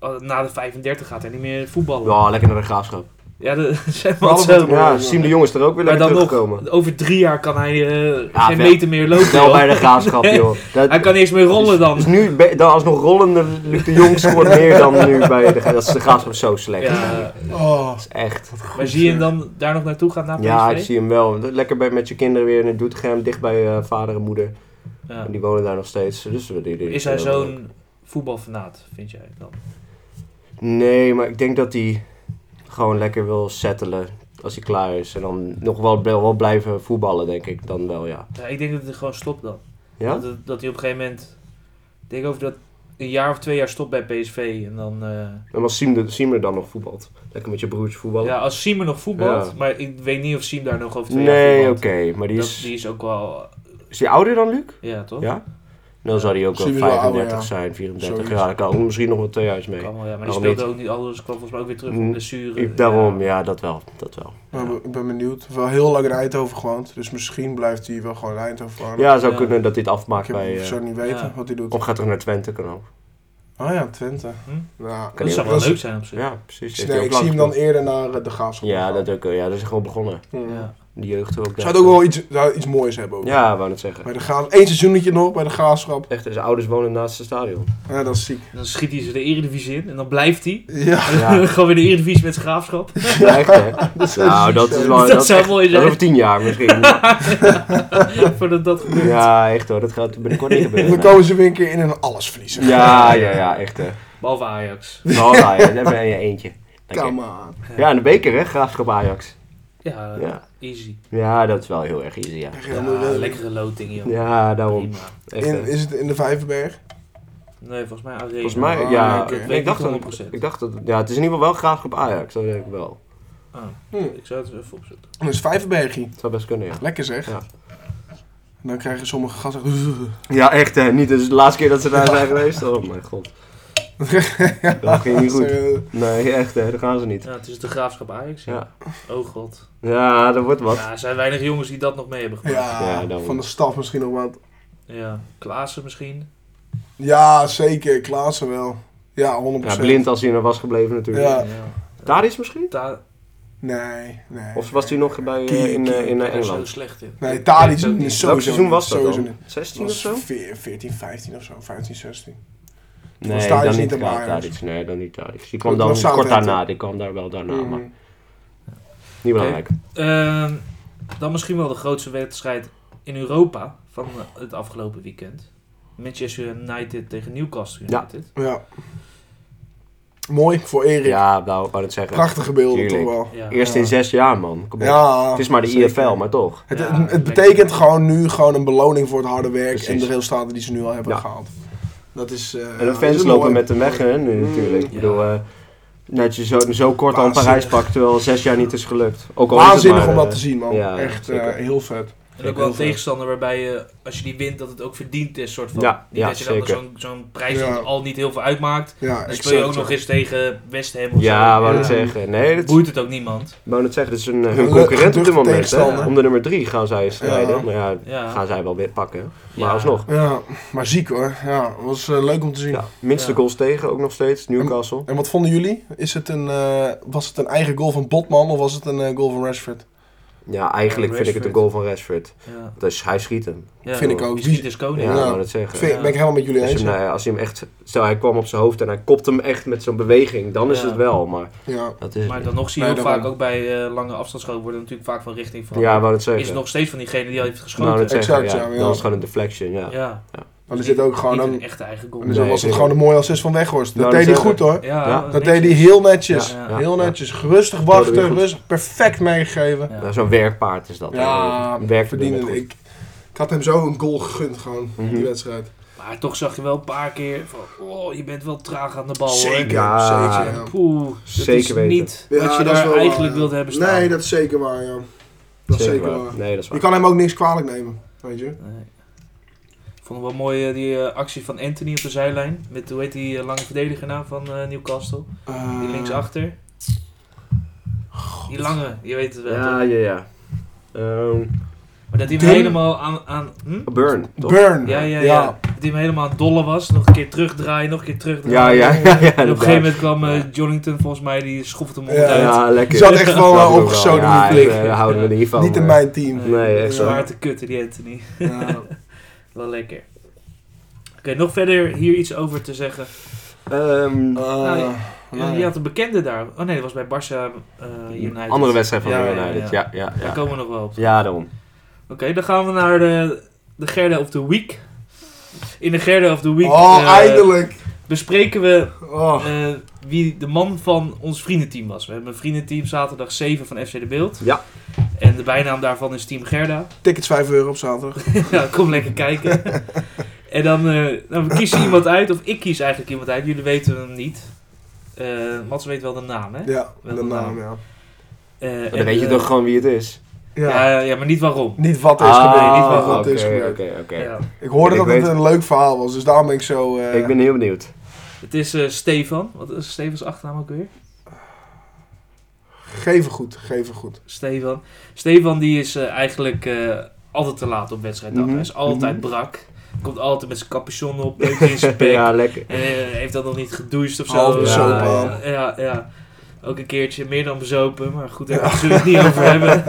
A: oh, Na de 35 gaat hij niet meer voetballen.
B: Ja, Oh, lekker naar de graafschap.
A: Ja, dat zijn
C: Alles
A: wel
C: wat
A: zo.
C: er-
B: Ja, Siem de Jong is er ook
A: Maar
B: weer lekker
A: dan nog,
B: teruggekomen.
A: over drie jaar kan hij eh,
B: Ja,
A: geen
B: wel-
A: meter meer lopen.
B: Wel
A: joh.
B: bij de graafschap, joh. Dat,
A: Hij kan niet eens meer rollen dan.
B: Dus nu, be- dan alsnog rollende Luc de Jong scoort meer dan nu bij de Dat is de graafschap zo slecht.
A: Ja,
C: Oh,
B: Dat is echt.
A: maar zie je hem dan daar nog naartoe gaan naar PSV?
B: Ja, ik zie hem wel. Lekker bij, met je kinderen weer in Doetinchem, dicht bij eh, vader en moeder.
A: Ja.
B: En Die wonen daar nog steeds. Dus die- die- die-
A: Is hij
B: die-
A: zo'n voetbalfanaat, vind jij dan?
B: Nee, maar ik denk dat hij gewoon lekker wil settelen als hij klaar is. En dan nog wel, wel blijven voetballen, denk ik. Dan wel, ja.
A: Ja, ik denk dat hij gewoon stopt dan.
B: Ja?
A: Dat, het- dat hij op een gegeven moment... Ik denk over dat een jaar of twee jaar stopt bij PSV. En dan... eh,
B: En als Siem, de- Siem er dan nog voetbalt. Lekker met je broertje voetballen.
A: ja, als Siem er nog voetbalt.
B: Ja.
A: Maar ik weet niet of Siem daar nog over twee jaar
B: nee, oké.
A: voetbalt.
B: Maar die
A: Dat-
B: is,
A: Die is ook wel...
B: is die ouder dan Luc?
A: Ja, toch?
B: Ja? Dan zou hij ook wel
C: Misschien wel ouder,
B: 35
C: ja.
B: zijn, 34.
C: Zoiets.
B: Ja, daar kan misschien nog wel twee jaar mee.
A: Kan wel, ja. Maar die
B: Waarom
A: speelde
B: niet?
A: ook niet alles. kwam volgens mij ook weer terug
B: Mm,
A: van blessure.
B: Ik, daarom, ja, dat wel. Dat wel.
C: Maar
B: Ja.
C: Nou, ik ben- ik ben benieuwd. Wel heel lang in Eindhoven gewoond, dus misschien blijft hij wel gewoon in Eindhoven wonen.
B: Ja, het zou
A: Ja.
B: kunnen dat dit
C: ik
B: afmaakt
C: heb,
B: bij...
C: ik
B: eh,
C: zou niet weten
A: ja.
C: wat hij doet.
B: of gaat terug naar Twente, kan ook.
C: Oh ja, Twente.
A: Hm?
C: Nou,
B: Kan
A: Dat zou
B: heel
A: wel
C: dat
A: leuk
C: is-
A: zijn op zich.
B: Ja, precies. Heeft hij
C: Dus Nee,
B: ook
C: ik zie hem dan
B: lang
C: eerder naar eh, de graafschap.
B: gespeeld. Ja,
C: gaan.
B: dat ook. eh, Ja, dat is gewoon begonnen.
C: Hmm.
A: Ja.
B: Die jeugd ook.
C: Zou het ook wel iets, zou iets moois hebben ook.
B: Ja, wou net zeggen.
C: Bij de graaf, Eén seizoenetje nog bij de graafschap.
B: Echt, zijn ouders wonen naast het stadion.
C: Ja, dat is ziek.
A: Dan schiet hij ze de Eredivisie in en dan blijft hij.
C: Ja,
B: Ja,
A: Gewoon weer de Eredivisie met zijn graafschap.
B: ja, echt hè. Nou, dat is wel...
A: dat,
B: Dat,
A: zou mooi
B: dat is
A: zijn.
B: over tien jaar misschien.
A: Voordat dat gebeurt.
B: Ja, echt hoor. Dat gaat binnenkort niet gebeuren.
C: dan
B: nee.
C: komen ze weer een keer in en alles verliezen.
B: Ja, ja, ja, echt hè.
A: Behalve Ajax.
B: Nou, nou ja, daar ben je eentje. Lekker.
C: Come on.
B: Ja, en de beker hè, Graafschap Ajax.
A: Ja,
B: Ja.
A: easy.
B: ja, dat is wel heel erg easy ja.
C: Echt
A: Ja,
C: helemaal leuk.
A: lekkere loting, joh.
B: Ja, daarom.
A: Prima.
B: Echt,
C: In-
B: hè.
C: is het in de Vijverberg?
A: Nee, volgens mij Arena.
B: Volgens mij,
C: Ah,
B: ja,
C: oké.
A: dat
B: ik,
A: weet ik
B: dacht
A: niet
B: dat,
A: 100%.
B: ik dacht dat, ja, het is in ieder geval wel Graafschap Ajax, dat denk ik wel.
A: Ah,
B: Hmm.
C: Hm.
A: ik zou het eens even opzoeken.
C: Oh, Dat is Vijverbergie.
B: Dat zou best kunnen, ja.
C: Lekker zeg.
B: Ja.
C: Dan krijgen sommige gasten... echt-
B: Ja, echt hè, niet dus de laatste keer dat ze daar zijn geweest, oh mijn god. Dat ging niet goed.
C: Eh,
B: Nee, echt hè, daar gaan ze niet.
A: Ja, het is de graafschap Ajax. Ja.
B: Ja,
A: Oh god.
B: ja dat wordt wat.
A: Ja, er zijn weinig jongens die dat nog mee hebben gemaakt.
C: Ja,
B: Ja, daarom.
C: van de staf misschien nog wat.
A: Ja. Klaassen misschien.
C: Ja, zeker. Klaassen wel. Ja, 100%.
B: Ja, blind als hij er was gebleven natuurlijk.
C: Ja.
B: Daar is misschien?
A: Ta-
C: Nee, nee.
B: Of was hij nog bij, eh,
C: Kier,
B: in, eh,
C: kier.
B: in eh,
A: Daar is zo
B: Engeland?
A: slecht in.
C: Nee, Tadic
A: Ook niet.
C: is
B: Welk
C: sowieso
B: seizoen
C: niet.
B: was dat
C: Sowieso
B: dan?
C: niet.
B: 16 of
C: was
B: zo?
C: 14, 15 of zo. 15, 16.
B: Nee,
C: Tadic
B: dan
C: niet
B: niet
C: erbij,
B: Tadic.
C: Ajax.
B: Tadic, Nee, dan niet Tadic. Die
C: Dat
B: kwam dan
C: was
B: kort
C: Southampton.
B: daarna, die kwam daar wel daarna,
C: Mhm.
B: Nou,
A: Mm.
B: maar niet belangrijk.
A: Ehm, dan misschien wel de grootste wedstrijd in Europa van eh, het afgelopen weekend. Manchester United tegen Newcastle
B: Ja.
A: United.
C: Ja. Mooi voor Erik.
B: Ja, nou, ik wou het zeggen.
C: Prachtige beelden
B: Tuurlijk.
C: toch wel.
A: Ja.
B: Eerst in
C: Ja.
B: zes jaar, man. Kom op.
C: Ja.
B: Het is maar de
C: zeker.
B: IFL, maar toch.
C: Het,
A: Ja,
C: het- het
A: lekker.
C: betekent gewoon nu gewoon een beloning voor het harde werk
B: Precies.
C: en de resultaten die ze nu al hebben
B: Ja.
C: gehaald. Dat is. eh,
B: En de
C: dat
B: fans
C: is
B: lopen
C: mooi.
B: met hem weg, hè, nu
C: Mm.
B: natuurlijk. Ik
A: Ja.
B: bedoel, eh, net je zo, zo kort al een
C: Waanzinnig.
B: Parijs pakt, terwijl zes jaar niet is gelukt. Ook al is het
C: Waanzinnig
B: maar,
C: om dat
B: eh,
C: te zien, man.
B: ja,
C: Echt
B: zeker.
C: eh, heel vet.
A: En ook wel een tegenstander waarbij je, als je die wint, dat het ook verdiend is. Soort van.
B: Ja,
A: Niet
B: ja,
A: dat je dan
B: zeker.
A: zo'n zo'n prijs
C: Ja.
A: dat al niet heel veel uitmaakt.
C: Ja,
A: Dan speel je ook
C: exact.
A: nog eens tegen West Ham of
B: Ja,
A: zo.
B: wou
C: Ja.
B: het zeggen. Nee, dat
A: Boeit het ook niemand.
B: wou net zeggen. Dat is een, eh, hun
C: Een
B: concurrent op
C: geduchte
B: dit moment, hè.
C: tegenstander.
B: Om de nummer drie gaan zij strijden.
C: Ja.
B: Maar ja,
A: Ja.
B: gaan zij wel weer pakken. Maar
A: Ja.
B: alsnog.
C: Ja, maar ziek hoor. Ja, was eh, leuk om te zien.
B: Ja, minste
A: Ja.
B: goals tegen, ook nog steeds. Newcastle.
C: En wat vonden jullie? Is het een, eh, was het een eigen goal van Botman of was het een eh, goal van Rashford?
B: Ja, eigenlijk
A: Ja,
B: vind ik het een goal
A: Rashford.
B: van Rashford.
A: Ja.
B: Dus hij schiet hem.
A: Ja,
C: Vind ik ook.
A: Die schiet is koning.
B: Ja,
C: Ja.
B: wou dat zeggen.
C: Vind- Ben ik helemaal met jullie
B: Dus
C: eens.
B: een, eh, als hij hem echt, stel hij kwam op zijn hoofd en hij kopt hem echt met zo'n beweging, dan is
A: Ja.
B: het wel, maar
C: Ja.
B: dat is het
A: Maar
B: niet.
A: dan nog zie je
C: Nee,
A: heel
C: daarom.
A: vaak ook bij eh, lange afstandsschoten worden natuurlijk vaak van richting van.
B: Ja, wou het
A: is
B: zeggen.
A: het nog steeds van diegene die al heeft geschoten.
B: Nou, dat
C: Exact,
B: zeggen, ja.
C: ja, ja.
B: Dan is het gewoon een deflection, ja.
A: ja.
B: Ja,
C: Maar er zit ook gewoon
A: Niet
C: een...
A: een echte eigen goal.
C: En
B: Nee,
C: dan was het
B: zeker.
C: gewoon een mooie assist van Weghorst. Dat
B: Nou, dat
C: deed
B: zeg
C: hij goed
B: ik.
C: hoor.
A: Ja,
B: Ja.
C: Dat
A: niks.
C: deed hij heel netjes.
A: Ja.
B: Ja.
C: Heel netjes. Rustig wachten,
B: Dat doe je goed.
C: rustig. Perfect meegegeven.
A: Ja.
B: Nou, Zo'n werkpaard is dat. hè.
C: Ja,
B: Een werkpaard doet
C: verdienen.
B: het
C: Ik, ik had hem zo een goal gegund gewoon,
B: Mhm.
C: die wedstrijd.
A: Maar toch zag je wel een paar keer van, oh, je bent wel traag aan de bal
C: Zeker,
B: Ja.
C: zeker.
A: hoor.
C: ja.
A: Poeh, dat
B: Zeker
A: is
B: weten.
A: niet
C: Ja,
A: wat je
C: dat is
A: daar
C: wel waar,
A: eigenlijk
C: ja.
A: wilde hebben staan.
C: Nee, dat is zeker waar, ja. Dat is zeker waar.
B: Nee, dat is
C: Je
B: waar.
C: kan hem ook niks kwalijk nemen, weet je.
A: Nee. Ik vond het wel mooi eh, die eh, actie van Anthony op de zijlijn. Met hoe heet die eh, lange verdediger nou van eh, Newcastle? Die linksachter. Die lange, je weet het wel.
B: Ja,
A: toch?
B: ja, ja. Ehm,
A: Maar dat hij hem
C: Tim-
A: helemaal aan. aan hm?
B: Burn, toch?
C: Burn.
A: ja, ja, ja,
C: Ja.
A: Dat hij hem helemaal aan het dollen was. Nog een keer terugdraaien, nog een keer terugdraaien.
B: Ja, ja, ja. ja,
A: En op een gegeven moment kwam eh,
B: Ja.
A: Jollington volgens mij, die schoft hem
C: Ja.
A: onderuit. Ja,
B: Ja, lekker.
C: Die zat echt wel
B: Dat
C: eh,
B: ook
C: opgezoden in
B: Ja,
C: die flik.
B: echt, eh, Daar houden we niet van.
C: Niet in
B: eh.
C: mijn team.
B: Nee, echt zo.
A: Zwaar te kutten, die Anthony.
C: Ja.
A: Wel lekker. Oké, nog verder hier iets over te zeggen.
B: Ehm,
A: Nou,
C: Eh,
A: Ja,
C: nee.
A: je had een bekende daar. Oh nee, dat was bij Barça eh United.
B: Andere wedstrijd van
A: Ja,
B: Man
A: ja,
B: United,
A: ja.
B: ja, ja,
A: Daar
B: ja.
A: komen we nog wel op. Oké,
B: Ja, daarom.
A: dan gaan we naar de, de Gerda of the Week. In de Gerda of the Week
C: Oh,
A: eh,
C: eindelijk.
A: bespreken we
C: Oh.
A: eh, wie de man van ons vriendenteam was. We hebben een vriendenteam zaterdag 7 van FC De Beeld.
B: Ja.
A: En de bijnaam daarvan is Team Gerda.
C: Tickets 5 euro op zaterdag.
A: ja, kom lekker kijken. en dan, eh dan kies je iemand uit, of ik kies eigenlijk iemand uit. Jullie weten hem niet. Eh Mats weet wel de naam, hè?
C: Ja,
A: Wel
C: de
A: een
C: naam, ja.
A: Eh,
B: Dan
A: en,
B: weet je
A: eh,
B: toch gewoon wie het is.
A: Ja.
C: Ja.
A: Ja, maar niet waarom.
C: Niet wat er is
B: Ah,
C: gebeurd. Niet
A: wat
C: wat er is
B: oké,
C: gebeurd.
B: Oké, oké.
A: Ja.
C: Ik hoorde
B: Ik
C: dat het
B: weet-
C: een leuk verhaal was, dus daarom ben ik zo... eh,
B: Ik ben heel benieuwd.
A: Het is eh, Stefan. Wat is Stefans achternaam ook weer?
C: Geven goed, geven goed.
A: Stefan. Stefan die is eh, eigenlijk eh, altijd te laat op wedstrijddag.
B: Mhm.
A: Hij is altijd
B: Mhm.
A: brak. Komt altijd met zijn capuchon op, neukt in zijn bek.
B: ja, lekker.
A: En eh, heeft dan nog niet gedoucht of zo.
C: Half
B: bezopen
A: Ja,
C: al.
A: ja, ja, ja. Ook een keertje meer dan bezopen, maar goed, daar zullen we het niet over hebben.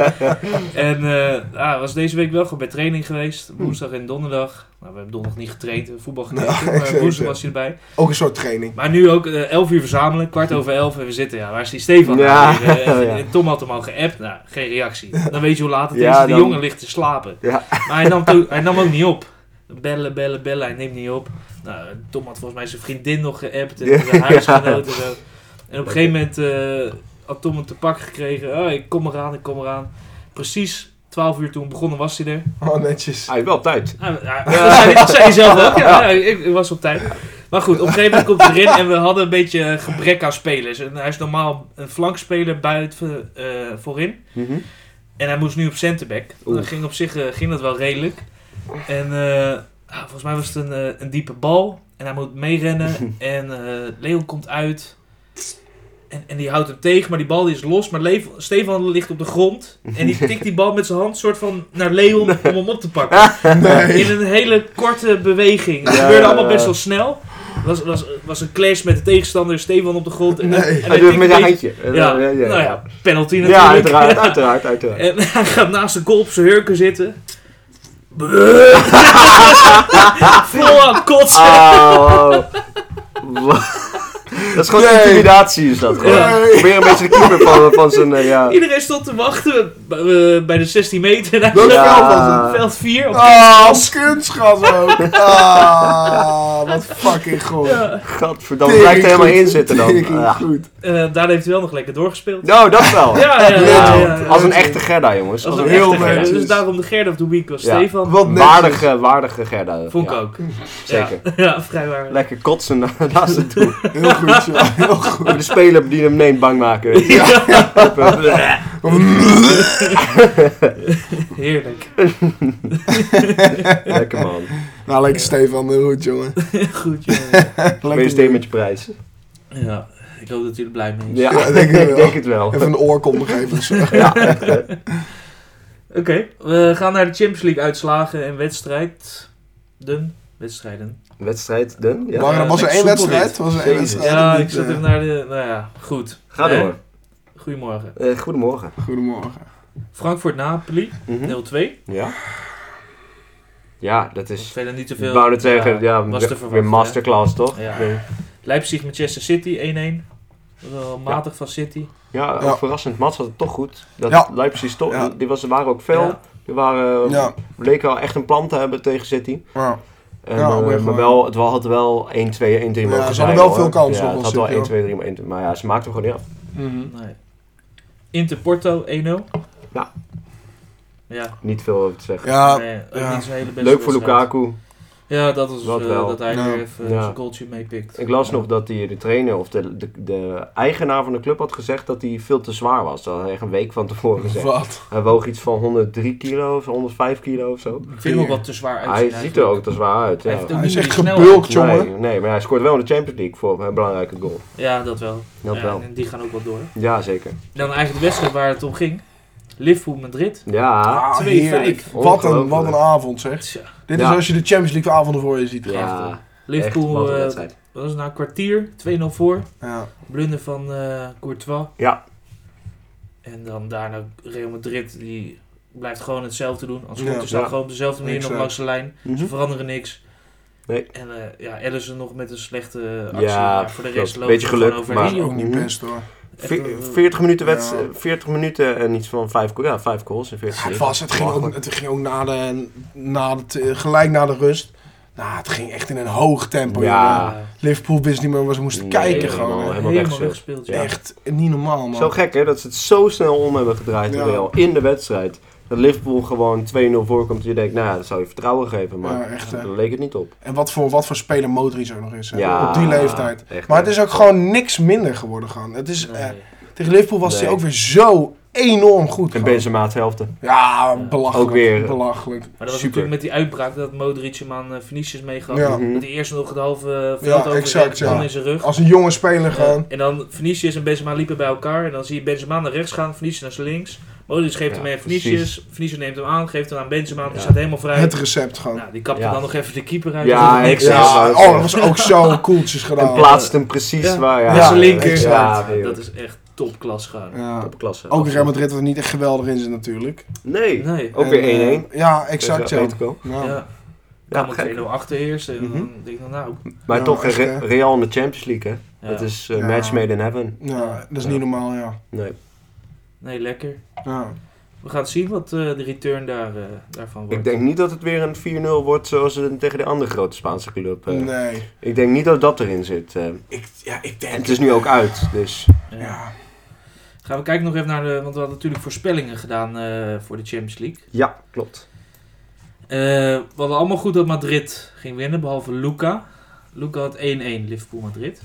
A: En eh, ah, was deze week wel gewoon bij training geweest.
B: Hm.
A: Woensdag en donderdag. Nou, we hebben donderdag niet getraind, we hebben voetbal gekeken,
C: Nou,
A: maar
C: zeker.
A: woensdag was hij erbij.
C: Ook een soort training.
A: Maar nu ook eh, 11 uur verzamelen, kwart over 11 en we zitten. Ja, waar is die Stefan?
B: Ja,
A: nou weer? Eh,
B: ja.
A: en Tom had hem al geappt. Nou, geen reactie. Dan weet je hoe laat het
B: Ja,
A: is. Die
B: dan-
A: jongen ligt te slapen.
B: Ja.
A: Maar hij nam, to- hij nam ook niet op. Bellen, bellen, bellen. Hij neemt niet op. Nou, Tom had volgens mij zijn vriendin nog geappt. En
B: Ja.
A: zijn huisgenoot en zo. En op een gegeven moment eh, had Tom hem te pak gekregen. Oh, ik kom eraan, ik kom eraan. Precies 12 uur toen begonnen was hij er.
C: Oh, netjes.
B: Hij is wel op tijd.
A: Ah, ja, dat zei, dat zei je zelf ook. Ja, ja, ik, ik was op tijd. Maar goed, op een gegeven moment komt hij erin en we hadden een beetje eh, gebrek aan spelers. En hij is normaal een flankspeler buiten eh, voorin.
B: Mhm.
A: En hij moest nu op centerback. Dat
B: Oeh.
A: ging op zich eh, ging dat wel redelijk. En eh, ah, volgens mij was het een, eh, een diepe bal. En hij moet meerennen. En eh Leon komt uit. En, en die houdt hem tegen, maar die bal die is los. Maar Leef- Stefan ligt op de grond. En die tikt die bal met zijn hand soort van naar Leon om hem op te pakken.
C: Nee.
A: In een hele korte beweging. Het
B: Ja,
A: gebeurde
B: ja,
A: allemaal
B: ja.
A: best wel snel. Het was, was, was een clash met de tegenstander, Stefan op de grond. En,
C: Nee.
A: en
B: Hij doet het
A: tikt een
B: met zijn
A: beetje-
B: handje.
A: Ja, nou ja, penalty
B: Ja,
A: natuurlijk.
B: uiteraard, uiteraard, uiteraard.
A: En hij gaat naast de goal op zijn hurken zitten. Vol aan het kotsen.
B: Auw. Wa- Dat is gewoon
C: Nee.
B: intimidatie is dat gewoon.
A: Ja.
B: Probeer een beetje de keeper van, van zijn... eh, ja.
A: Iedereen stond te wachten bij- eh, bij de 16 meter. En hij
C: Welk
A: zat
B: Ja.
C: veld was het?
A: op veld 4. Op...
C: Ah, kunstgas ook. Ah, wat fucking goed.
A: Ja.
B: Gadverdamme, het blijft er helemaal in zitten dan. Ah,
C: Tering
B: Ja.
C: goed.
A: Eh, daar heeft hij wel nog lekker doorgespeeld.
B: Nou, dat wel.
A: Ja, ja, ja. ja, ja.
C: Legend.
B: Als een echte Gerda, jongens.
A: Dat
B: Als
A: was
B: een
A: een
B: heel
A: heel
C: echte
B: Gerda.
A: leuk.
C: netjes.
A: Dus daarom de Gerda of the Week was
B: Ja.
A: Stefan.
C: Wat netjes.
B: Waardige, waardige Gerda.
A: Vond ik
B: Ja.
A: ook.
B: Zeker.
A: Ja, ja vrij waar.
B: Lekker kotsen na- naast het toe.
C: Heel goed, ja. Heel goed.
B: Even de speler die hem neemt bang maken. weet je.
A: Heerlijk.
B: Lekker man.
C: Nou, lekker Stefan, heel goed, jongen.
A: Goed, jongen.
C: Lekker.
B: Wees steen met je prijs.
A: Ja, ik hoop dat jullie er blij mee is.
B: Ja,
C: Ja, denk
B: ik
C: ik wel.
B: denk het wel.
C: Even een oorkop nog even. zo.
B: Ja, echt, hè.
A: Oké, we gaan naar de Champions League uitslagen en wedstrijd. Den? Wedstrijden.
B: Wedstrijd, dun. Ja.
C: Maar
A: Ja,
C: was er
A: ik
C: één
A: soepel
C: wedstrijd?
A: dit.
C: Was er één
B: Jezus.
A: Ja,
C: wedstrijd? en
A: ik
C: niet,
A: zat
C: eh,
A: even naar de... Nou ja, goed.
B: Ga
A: Nee?
B: door.
A: Goedemorgen.
B: Eh, goedemorgen.
C: Goedemorgen.
A: Frankfurt-Napoli, 0-2.
B: Mhm. Ja. Ja, dat
A: Dus
B: is.
A: verder niet te
B: Ik
A: veel.
B: wou net zeggen, ja,
A: was te
B: weer-
A: verwachten,
B: weer
A: hè?
B: masterclass toch?
A: Ja.
B: Nee.
A: Leipzig-Manchester City, 1-1. Dat was wel matig van City.
B: Ja, ook
C: Ja.
B: verrassend. Mats had het toch goed. Dat
C: Ja.
B: Leipzig toch,
C: Ja.
B: die was, waren ook fel.
A: Ja.
B: Die waren,
C: Ja.
B: leken wel echt een plan te hebben tegen City.
C: Ja.
B: En,
C: Ja,
B: eh,
C: ook weer
B: maar
C: gewoon-
B: wel, het wel- had wel 1-2, 1-3 mogen
C: Ja, ze hadden
B: zijn,
C: wel
B: hoor.
C: veel kansen
B: Ja,
C: nog
B: het
C: wel
B: had wel
C: City,
B: 1-2, 3 maar, 1-2, maar ja, ze maakten hem gewoon niet af.
A: Nee. Inter-Porto, 1-0.
B: Ja.
A: Ja.
B: Niet veel over te zeggen.
C: Ja,
A: nee, ook
C: ja.
A: niet zo'n hele beste
B: Leuk voor
A: wedstrijd.
B: Lukaku.
A: Ja, dat was
B: Dat
A: eh,
B: wel.
A: dat hij
C: Ja.
A: weer even
B: Ja.
A: zijn goaltje meepikt.
B: Ik las
A: Ja.
B: nog dat die, de trainer of de, de, de eigenaar van de club had gezegd dat hij veel te zwaar was. Dat had hij echt een week van tevoren gezegd.
C: wat?
B: Hij woog iets van 103 kilo of zo, 105 kilo of zo.
A: Ik vind hem ook wat te zwaar uit.
B: Hij ziet er ook te zwaar uit.
A: Hij
B: Ja.
A: heeft ook
C: Hij is
A: niet
C: echt
A: die
C: gebulkt,
A: snelheid.
C: jongen.
B: Nee, nee, maar hij scoort wel in de Champions League voor een belangrijke goal.
A: Ja, dat wel.
B: Dat
A: Ja,
B: wel.
A: En die gaan ook wel door.
B: Ja, zeker.
A: Dan eigenlijk de wedstrijd waar het om ging. Liverpool Madrid.
B: Ja.
C: Ah,
A: 2-5.
C: heerlijk. Wat een, wat een avond, zeg.
A: Tja.
C: Dit
B: Ja.
C: is als je de Champions League avonden voor je ziet. Ja.
A: echt,
B: Ja, echt wat
A: Liverpool,
B: een
A: eh,
B: wedstrijd.
A: wat was het nou, een kwartier, 2-0 voor.
C: Ja.
A: Blunder van eh, Courtois.
B: Ja.
A: En dan daarna Real Madrid, die blijft gewoon hetzelfde doen. Als goed
C: Ja.
A: is dan
B: Ja.
A: gewoon op dezelfde manier
C: Niks
A: nog
C: uit.
A: langs de lijn.
B: Mhm.
A: Ze veranderen niks.
B: Nee.
A: En eh, ja, Ellison nog met een slechte actie.
B: Ja,
A: maar voor de rest
B: klopt.
A: loopt
B: Beetje
A: ze gewoon
B: geluk,
A: overheen,
B: maar-
A: joh.
C: Ook niet
B: Mhm.
C: best hoor.
A: Echt,
B: Ve-
A: eh,
B: 40 minuten wedst-
C: Ja.
B: 40 minuten en iets van 5 ja, vijf goals in 40
C: Ja, het,
B: minuten.
C: was, het, ging ook, het ging ook na de, na de, gelijk na de rust. Nou, het ging echt in een hoog tempo.
B: Ja.
C: jongen. Liverpool wist niet meer waar ze moesten
B: Ah, Nee,
C: kijken.
B: helemaal,
C: Gewoon, hè.
B: helemaal
A: helemaal
B: weggespeeld.
A: weggespeeld.
B: Ja.
C: Echt niet normaal, man.
B: Zo gek hè, dat ze het zo snel om hebben gedraaid
C: Ja.
B: Real, in de wedstrijd. Dat Liverpool gewoon 2-0 voorkomt en je denkt, nou ja, dat zou je vertrouwen geven, maar
C: Ja, echt, hè.
B: daar leek het niet op.
C: En wat voor, wat voor speler Modric ook nog is. hè.
B: Ja,
C: Op die leeftijd.
B: echt,
C: Maar het
B: hè.
C: is ook gewoon niks minder geworden. Gewoon. Het is,
A: Nee.
C: eh, tegen Liverpool was
B: Nee.
C: hij ook weer zo enorm goed.
B: En
C: gewoon.
B: Benzema het helfte.
C: Ja, belachelijk.
B: Ook weer.
C: Belachelijk.
A: Maar dat was
B: Super.
A: natuurlijk met die uitbraak dat Modric hem aan eh, Vinicius meegaf.
C: Ja.
B: Mhm.
A: Dat hij eerst nog het halve eh,
C: Ja,
A: veld over
C: exact,
A: dan
C: ja.
A: in zijn rug.
C: Als een jonge speler
A: Ja,
C: gewoon.
A: en dan Vinicius en Benzema liepen bij elkaar. En dan zie je Benzema naar rechts gaan, Vinicius naar zijn links. Modric geeft
B: Ja,
A: hem aan
B: precies.
A: Vinicius. Vinicius neemt hem aan, geeft hem aan Benzema. Die
B: Ja.
A: staat helemaal vrij.
C: Het recept gewoon.
A: Nou, die kapte
B: Ja.
A: dan nog even de keeper uit.
B: Ja,
A: Dat is niks.
B: ik-
A: Ja,
C: Ja,
B: Ja,
C: oh, dat was ook zo koeltjes gedaan.
B: En plaatst hem precies
A: Ja.
B: waar. Ja,
C: eh, Met zijn linker.
B: linker. Ja,
A: dat
B: dat is
A: is echt topklas gaan.
C: Ja.
B: topklasse.
C: Ook Real Madrid wat niet echt geweldig in zit natuurlijk.
B: Nee.
A: Nee.
B: Ook
C: En,
B: weer
C: eh,
B: 1-1.
C: Ja, Nou, exact
B: Tegen
C: zo.
B: Atletico.
C: Ja.
A: Ja.
B: Ja,
A: Dan moet
B: gek.
A: 2-0 achter eerst. En
C: Mhm.
A: dan denk ik dan nou.
B: Maar
C: Ja,
B: toch
C: echt,
B: Re-
C: hè.
B: Real in de Champions League, hè?
A: ja.
B: Dat is eh,
C: Ja.
B: match made in heaven.
C: Ja, nou, dat is
B: Ja.
C: niet normaal, ja.
B: Nee.
A: Nee, lekker.
C: Ja,
A: We gaan zien wat eh, de return daar, eh, daarvan wordt.
B: Ik denk niet dat het weer een 4-0 wordt zoals het tegen de andere grote Spaanse club. eh.
C: nee.
B: Ik denk niet dat dat erin zit. eh.
C: Ik, ja, ik
B: En het is nu ook uit, dus...
A: Ja.
C: Ja.
A: Gaan we kijken nog even naar de... Want we hadden natuurlijk voorspellingen gedaan eh, voor de Champions League.
B: Ja, klopt.
A: Eh, we hadden allemaal goed dat Madrid ging winnen, behalve Luca. Luca had 1-1 Liverpool-Madrid.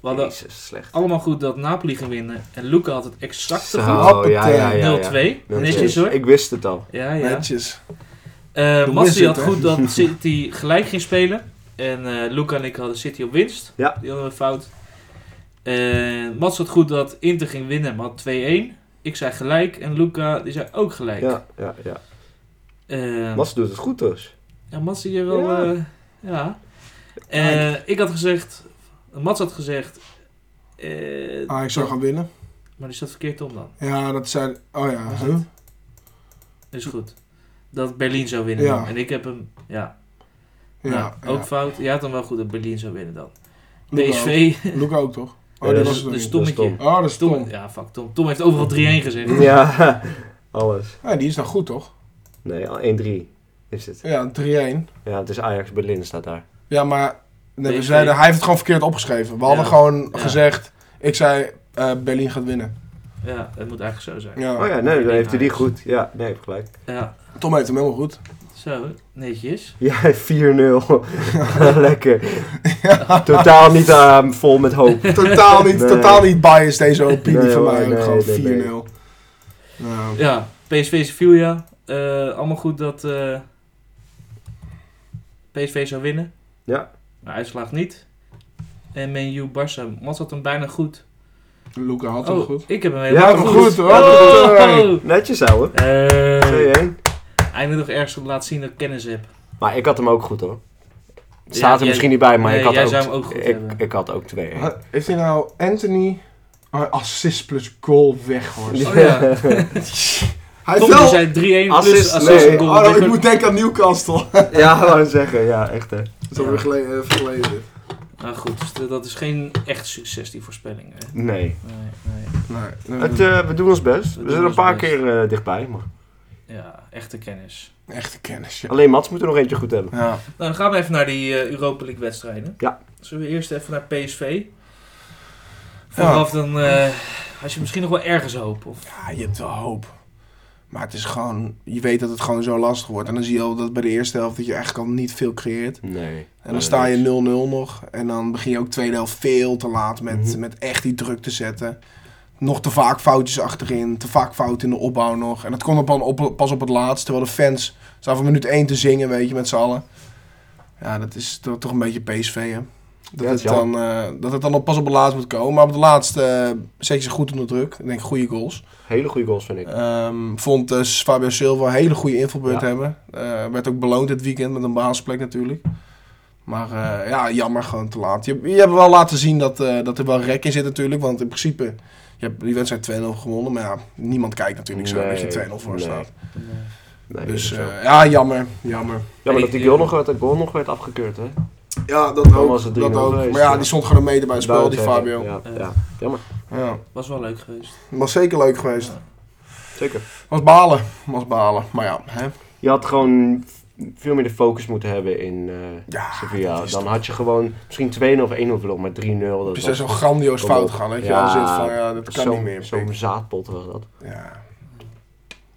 A: We hadden
B: Jezus, slecht.
A: allemaal goed dat Napoli ging winnen. En Luca had het exacte
B: Zo,
A: goed.
C: Hoppatee.
B: ja, ja, ja, ja.
A: 0-2. Netjes hoor.
B: Ik wist het al.
A: Ja, ja.
C: Netjes.
A: Eh
C: Hoe is
A: Massi
C: het,
A: had
C: hè?
A: goed dat City gelijk ging spelen. En eh Luca en ik hadden City op winst.
B: Ja.
A: Die hadden we fout. Eh Mats had goed dat Inter ging winnen, maar had 2-1. Ik zei gelijk en Luca die zei ook gelijk.
B: Ja, ja, ja.
A: Eh,
B: Mas doet het goed dus.
A: Ja, Mats zie je wel.
B: Ja.
A: eh, ja. Eh, ik had gezegd. Mats had gezegd. eh,
C: Ah, ik zou gaan winnen.
A: maar die staat verkeerd om dan.
C: Ja, dat zijn... Oh ja.
A: Was
C: huh?
A: Is goed. Dat Berlin zou winnen.
C: Ja.
A: dan. En ik heb hem. Ja.
C: Ja.
A: nou, ook
C: ja.
A: fout. Je had hem wel goed dat Berlin zou winnen dan.
C: Luca
A: PSV.
C: ook. Luca ook, toch? Oh,
B: Ja,
C: dat
B: Eh, dus-
C: was
A: dus
C: het dus
B: Dat is
A: Tommetje.
B: Tom.
C: Oh, dat is
A: Tom.
C: Tom.
A: Ja, fuck Tom. Tom heeft overal 3-1 gezegd.
B: Ja, alles.
C: Ja, die is dan goed, toch?
B: Nee, al 1-3 is het.
C: Ja, 3-1.
B: Ja, het is Ajax Berlin staat daar.
C: Ja, maar nee, we
A: PSV.
C: zeiden, hij heeft het gewoon verkeerd opgeschreven. We hadden
A: Ja.
C: gewoon
A: Ja.
C: gezegd, ik zei, eh Berlin gaat winnen.
A: Ja, het moet eigenlijk zo zijn.
C: Ja.
B: Oh ja, nee, dan heeft hij die goed. Ja, nee, ik heb gelijk.
A: Ja.
C: Tom heeft hem helemaal goed.
A: Zo, netjes.
B: Ja, 4-0. Lekker. Totaal niet eh, vol met hoop.
C: totaal, niet,
B: Nee.
C: totaal niet biased deze opinie
B: Nee,
C: van
B: hoor,
C: mij. ook
B: nee,
C: gewoon
B: nee,
C: 4-0.
B: nee.
C: Nou,
A: Ja, PSV Sevilla. Eh allemaal goed dat eh, PSV zou winnen.
B: Ja.
A: Maar uitslag niet. En Man U Barça. Mats had hem bijna goed.
C: Luca had hem
A: oh,
C: goed.
A: ik heb hem
B: Ja,
A: helemaal
B: hem
A: goed.
C: goed, hoor.
A: Oh!
B: Netjes houden.
A: Eh,
B: 2-1.
A: eindelijk nog ergens op laten zien dat ik kennis heb.
B: Maar ik had hem ook goed hoor. Het
A: Ja,
B: staat er
A: jij-
B: misschien niet bij, maar
A: nee,
B: ik had
A: jij
B: ook,
A: zou hem ook goed hebben. Oh,
B: ik, ik had ook 2-1.
C: Ha- Heeft hij nou Anthony oh, assist plus goal weghorst?
A: Oh ja.
C: Hij
A: Tom
C: heeft wel...
A: die zei 3-1 plus
B: Assist,
A: assist
B: nee.
A: en goal.
C: Oh, nou, ik
A: Weghorst.
C: moet denken aan Newcastle. Dat
B: ja, wou zeggen. Ja, echt hè.
C: is alweer eh, geleden. even geleden dit.
A: Nou goed, dus dat- dat is geen echt succes die voorspelling. Hè.
B: Nee.
A: Nee, nee.
C: Nee, nee,
B: Het, eh, we doen ons best.
A: We
B: We
A: doen
B: zijn een
A: ons
B: paar
A: best.
B: keer eh, dichtbij. Maar...
A: Ja, echte kennis.
C: eh, Echte kennis, ja.
B: Alleen Mats moet er nog eentje goed hebben.
C: Ja.
A: Nou, dan gaan we even naar die eh, Europa League wedstrijden.
B: Ja.
A: Zullen we eerst even naar PSV? Vooraf dan eh had je misschien nog wel ergens hoop. Of...
C: ja, je hebt wel hoop. Maar het is gewoon... Je weet dat het gewoon zo lastig wordt. En dan zie je al dat bij de eerste helft dat je eigenlijk al niet veel creëert.
B: Nee.
C: En dan sta je 0-0 nog. En dan begin je ook tweede helft veel te laat met,
B: Mhm.
C: met echt die druk te zetten. Nog te vaak foutjes achterin. Te vaak fouten in de opbouw nog. En dat komt dan op, pas op het laatst. Terwijl de fans staan van minuut 1 te zingen, weet je, met z'n allen. Ja, dat is toch, toch een beetje PSV, hè? Dat,
B: Ja,
C: het
B: het is
C: dan, eh, dat het dan op- pas op het laatst moet komen. Maar op het laatst eh, zet je ze goed onder druk. Ik denk goede goals.
B: Hele goede goals vind ik.
C: Ehm, vond dus Fabio Silva een hele goede invalbeurt
B: Ja.
C: hebben. Eh, werd ook beloond dit weekend met een basisplek natuurlijk. Maar eh, ja, jammer gewoon te laat. Je, je hebt wel laten zien dat, eh, dat er wel rek in zit natuurlijk. Want in principe, je hebt die wedstrijd 2-0 gewonnen. Maar ja, niemand kijkt natuurlijk zo
B: Nee,
C: dat je 2-0 voor
B: nee.
C: staat.
A: eh,
B: Nee,
C: Dus
B: zo.
C: eh, ja, jammer. Jammer.
B: ja, maar dat die goal
A: ik-
B: nog, werd- dat goal nog werd afgekeurd hè.
C: Ja, dat
B: Dan
C: ook.
B: was het 3-0
C: Nou, dat ook.
B: geweest,
C: Maar ja,
B: ja.
C: die stond gewoon een meter bij het spel,
B: Wou
C: die
B: zeggen,
C: Fabio. Ja.
B: Ja,
A: Eh.
B: ja. Jammer.
A: Was wel leuk geweest.
C: Was zeker leuk geweest.
A: Ja.
B: Zeker.
C: Was balen. Was balen. Maar ja, hè.
B: Je had gewoon veel meer de focus moeten hebben in eh
C: Ja,
B: Sevilla.
C: dat
B: Dan
C: is
B: had je gewoon misschien 2-0 of 1-0 verloren, maar 3-0. Dat
C: Dus dat
B: was
C: is zo'n grandioos
B: Kom
C: fout
B: op.
C: gegaan. Dat je
B: Ja,
C: al zit van, ja, dat kan
B: zo'n-
C: niet meer.
B: Zo'n zaadpot was dat.
C: Ja.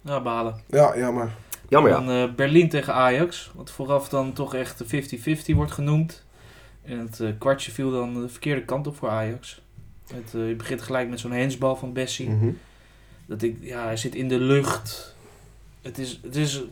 A: Nou, behalen.
C: Ja, jammer.
B: Jammer ja.
A: Dan eh, Berlin tegen Ajax. Wat vooraf dan toch echt de 50-50 wordt genoemd. En het eh, kwartje viel dan
C: Mm-hmm.
A: de verkeerde kant op voor Ajax. Het, eh, je begint gelijk met zo'n hensbal van Bessie.
B: Mhm.
A: Dat ik, ja, hij zit in de lucht. Het is, het is,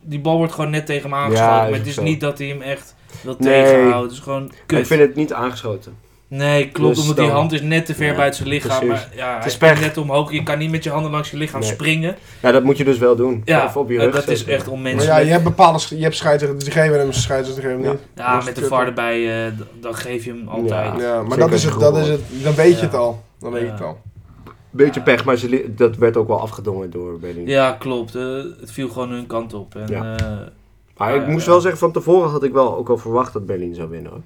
A: die bal wordt gewoon net tegen hem aangeschoten.
B: is
A: maar
B: ook
A: het is
B: zo.
A: niet dat hij hem echt wil
B: Nee.
A: tegenhouden. Het is gewoon
B: Maar
A: kut.
B: Ik vind het niet aangeschoten.
A: Nee, klopt.
B: Dus
A: omdat die
B: dan-
A: hand is net te ver
B: Ja,
A: buiten zijn lichaam.
B: precies.
A: Maar ja,
B: Het
A: hij
B: is
A: is net
B: pech.
A: omhoog. Je kan niet met je handen langs je lichaam
B: Nee.
A: springen.
B: Ja, dat moet je dus wel doen.
A: Ja,
B: Even op je
A: eh,
B: rug
A: dat is
B: zitten.
A: echt
C: Maar
A: onmenselijk.
C: ja, je hebt bepaalde, sch- je hebt scheidsrechten, die geven hem scheidsrechten, die geven hem
B: Ja.
C: niet.
A: Ja,
C: Dat is
A: met de
C: kut,
A: VAR
C: hè?
A: erbij, eh, d- dan geef je hem altijd.
B: Ja.
C: Ja, maar
B: zeker
C: dat is,
B: als je
C: het, dat is
B: gehoord
C: het, dan weet je
A: Ja.
C: het al. Dan weet je
A: Ja.
C: het al.
B: Beetje
A: Ja.
B: pech, maar ze li- dat werd ook wel afgedongen door Berlin.
A: Ja, klopt. eh, het viel gewoon hun kant op. En,
B: Ja.
A: eh,
B: Maar ik
A: Ja,
B: moest
A: ja.
B: wel zeggen, van tevoren had ik wel ook al verwacht dat Berlin zou winnen. Hoor.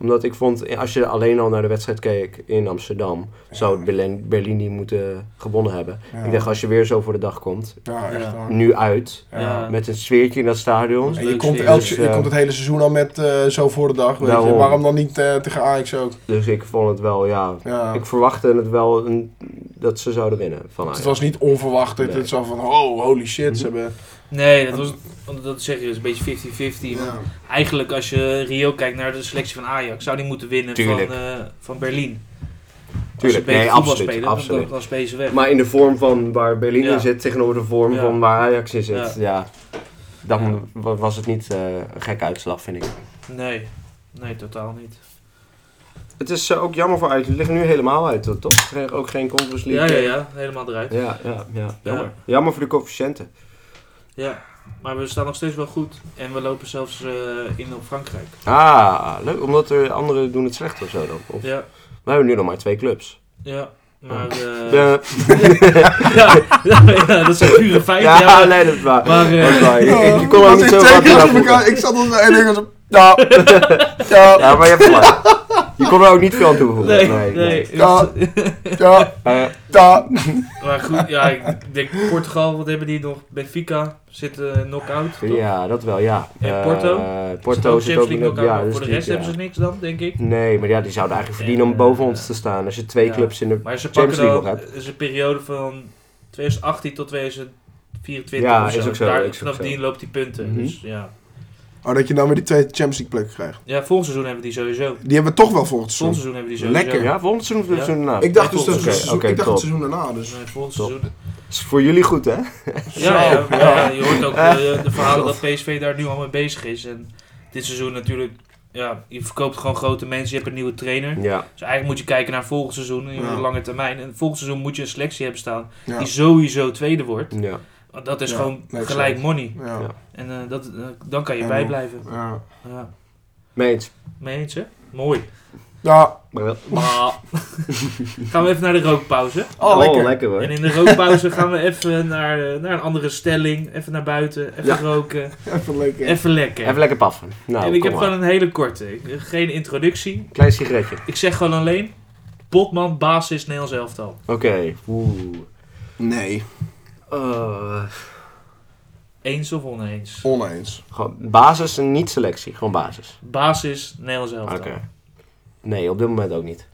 B: Omdat ik vond, als je alleen al naar de wedstrijd keek in Amsterdam, zou het Berlin, Berlin niet moeten gewonnen hebben.
C: Ja.
B: Ik dacht, als je weer zo voor de dag komt,
C: Ja, echt
A: Ja.
C: waar.
B: nu uit,
C: Ja.
A: Ja.
B: met een sfeertje in dat stadion.
C: En je
A: Leuk
C: komt,
A: sfeer.
C: elk,
B: Dus, Nou,
C: je
B: eh,
C: komt het hele seizoen al met eh, zo voor de dag, weet je.
B: Daarom.
C: Waarom dan niet eh, tegen Ajax ook?
B: Dus ik vond het wel, ja,
C: Ja.
B: ik verwachtte het wel een, dat ze zouden winnen van
C: het
B: Ajax.
C: was niet onverwacht. Het
B: Nee.
C: het was van, oh, holy shit, ze
B: Mhm.
C: hebben...
A: nee, dat, was, want dat zeg je, dat is een beetje 50-50. want
C: Ja.
A: Eigenlijk, als je Rio kijkt naar de selectie van Ajax, zou die moeten winnen van,
B: Tuurlijk.
A: eh, van Berlin. Als je
B: Tuurlijk,
A: beter
B: nee,
A: voetbal
B: absoluut,
A: spelen,
B: absoluut.
A: Dan, dan spelen ze weg.
B: Maar in de vorm van waar Berlin
A: Ja.
B: in zit tegenover de vorm
A: Ja.
B: van waar Ajax in zit. Ja.
A: Ja.
B: Dan wa- was het niet eh, een gekke uitslag, vind ik.
A: Nee, nee, totaal niet.
B: Het is eh, ook jammer voor Ajax. Het ligt nu helemaal uit, toch? Ze kregen ook geen Conference
A: Ja,
B: League.
A: ja, ja, helemaal eruit.
B: eh, ja. ja, ja. Jammer.
A: Ja.
B: Jammer voor de coëfficiënten.
A: Ja. Maar we staan nog steeds wel goed en we lopen zelfs eh, in op Frankrijk.
B: Ah, leuk. Omdat er anderen doen het slecht of zo dan. Of, Oh.
A: Ja,
B: We hebben nu nog maar twee clubs.
A: ja. Maar, eh, ja.
B: Ja,
A: ja, ja, dat zijn pure feiten.
B: ja,
A: ja, maar-
B: nee, dat is waar.
A: Maar, eh,
B: Dat is waar. Ik, ik- ik kon
C: Was
B: ook niet
C: ik
B: zo
C: Oh. twee
B: wat
C: keer achter
B: voegen.
C: elkaar- Ik zat als en ik was zo, ja,
B: Ja,
C: ja,
B: maar je hebt gelijk. Je kon er ook niet veel aan toevoegen.
A: Nee, nee.
C: Ja. ja,
B: Eh,
C: ja.
A: Maar goed, ja, ik denk Portugal, wat hebben die nog? Benfica zit eh knock-out. toch?
B: Ja, dat wel, ja.
A: En
B: Eh,
A: Porto?
B: Porto
A: Zit
B: zit ook
A: Champions
B: in
A: League
B: op
A: knock-out,
B: ja,
A: maar
B: dus
A: voor de
B: niet,
A: rest
B: ja.
A: hebben ze niks dan, denk ik.
B: Nee, maar ja, die zouden eigenlijk verdienen om
A: En,
B: boven
A: eh,
B: ons te staan. Als je twee
A: ja.
B: clubs in de...
A: Maar ze
B: Champions
A: pakken
B: League
A: dan
B: nog
A: het is een periode van 2018 tot 2024
B: Ja,
A: of zo.
B: is ook zo,
A: Daar,
B: is ook
A: vanaf
B: zo.
A: die loopt die punten.
B: Mhm.
A: Dus ja.
C: Oh, dat je nou weer die twee Champions League plekken krijgt.
A: Ja, volgend seizoen hebben die sowieso.
C: Die hebben we toch wel
A: Volgend
C: volgend seizoen.
A: seizoen hebben die sowieso.
C: Lekker.
B: Ja, volgend seizoen of het
A: Ja.
B: seizoen daarna?
C: Ik dacht dus dat
A: Oké,
C: het seizoen-
B: oké,
C: ik dacht het
B: top.
C: seizoen daarna, dus...
A: Nee, eh, volgend
B: Top.
A: seizoen.
B: Is voor jullie goed, hè?
A: Ja, ja,
C: Zo,
A: ja,
C: ja.
A: je hoort ook eh, de verhalen dat PSV daar nu al mee bezig is. En dit seizoen natuurlijk, ja, je verkoopt gewoon grote mensen. Je hebt een nieuwe trainer.
B: Ja.
A: Dus eigenlijk moet je kijken naar volgend seizoen en
C: Ja.
A: de lange termijn. En volgend seizoen moet je een selectie hebben staan
C: Ja.
A: die sowieso tweede wordt.
B: ja.
A: Want dat is
C: Ja,
A: gewoon
C: nee,
A: gelijk
C: zo.
A: money.
C: Ja.
A: En eh, dat, eh, dan kan je
C: Ja,
A: bijblijven.
C: Ja.
A: Ja.
B: Mee eens.
A: Mee eens, hè? Mooi.
C: Ja.
B: Maar wel-
A: Maar- gaan we even naar de rookpauze.
C: Oh, lekker.
B: hoor.
A: En in de rookpauze gaan we even naar, eh, naar een andere stelling. Even naar buiten, even
B: Ja.
A: roken,
C: Even lekker.
A: even lekker.
B: Even lekker paffen. Nou,
A: en ik
B: kom
A: heb
B: maar.
A: gewoon een hele korte. Ik- Geen introductie.
B: Klein sigaretje.
A: Ik zeg gewoon alleen... Botman, basis, Nederlands elftal.
B: Oké. Oeh.
C: Nee,
B: Eh,
A: Eens of oneens?
C: oneens.
B: gewoon basis en niet selectie. Gewoon basis.
A: Basis, Nederlands
B: Oké.
A: elftal.
B: Nee, op dit moment ook niet.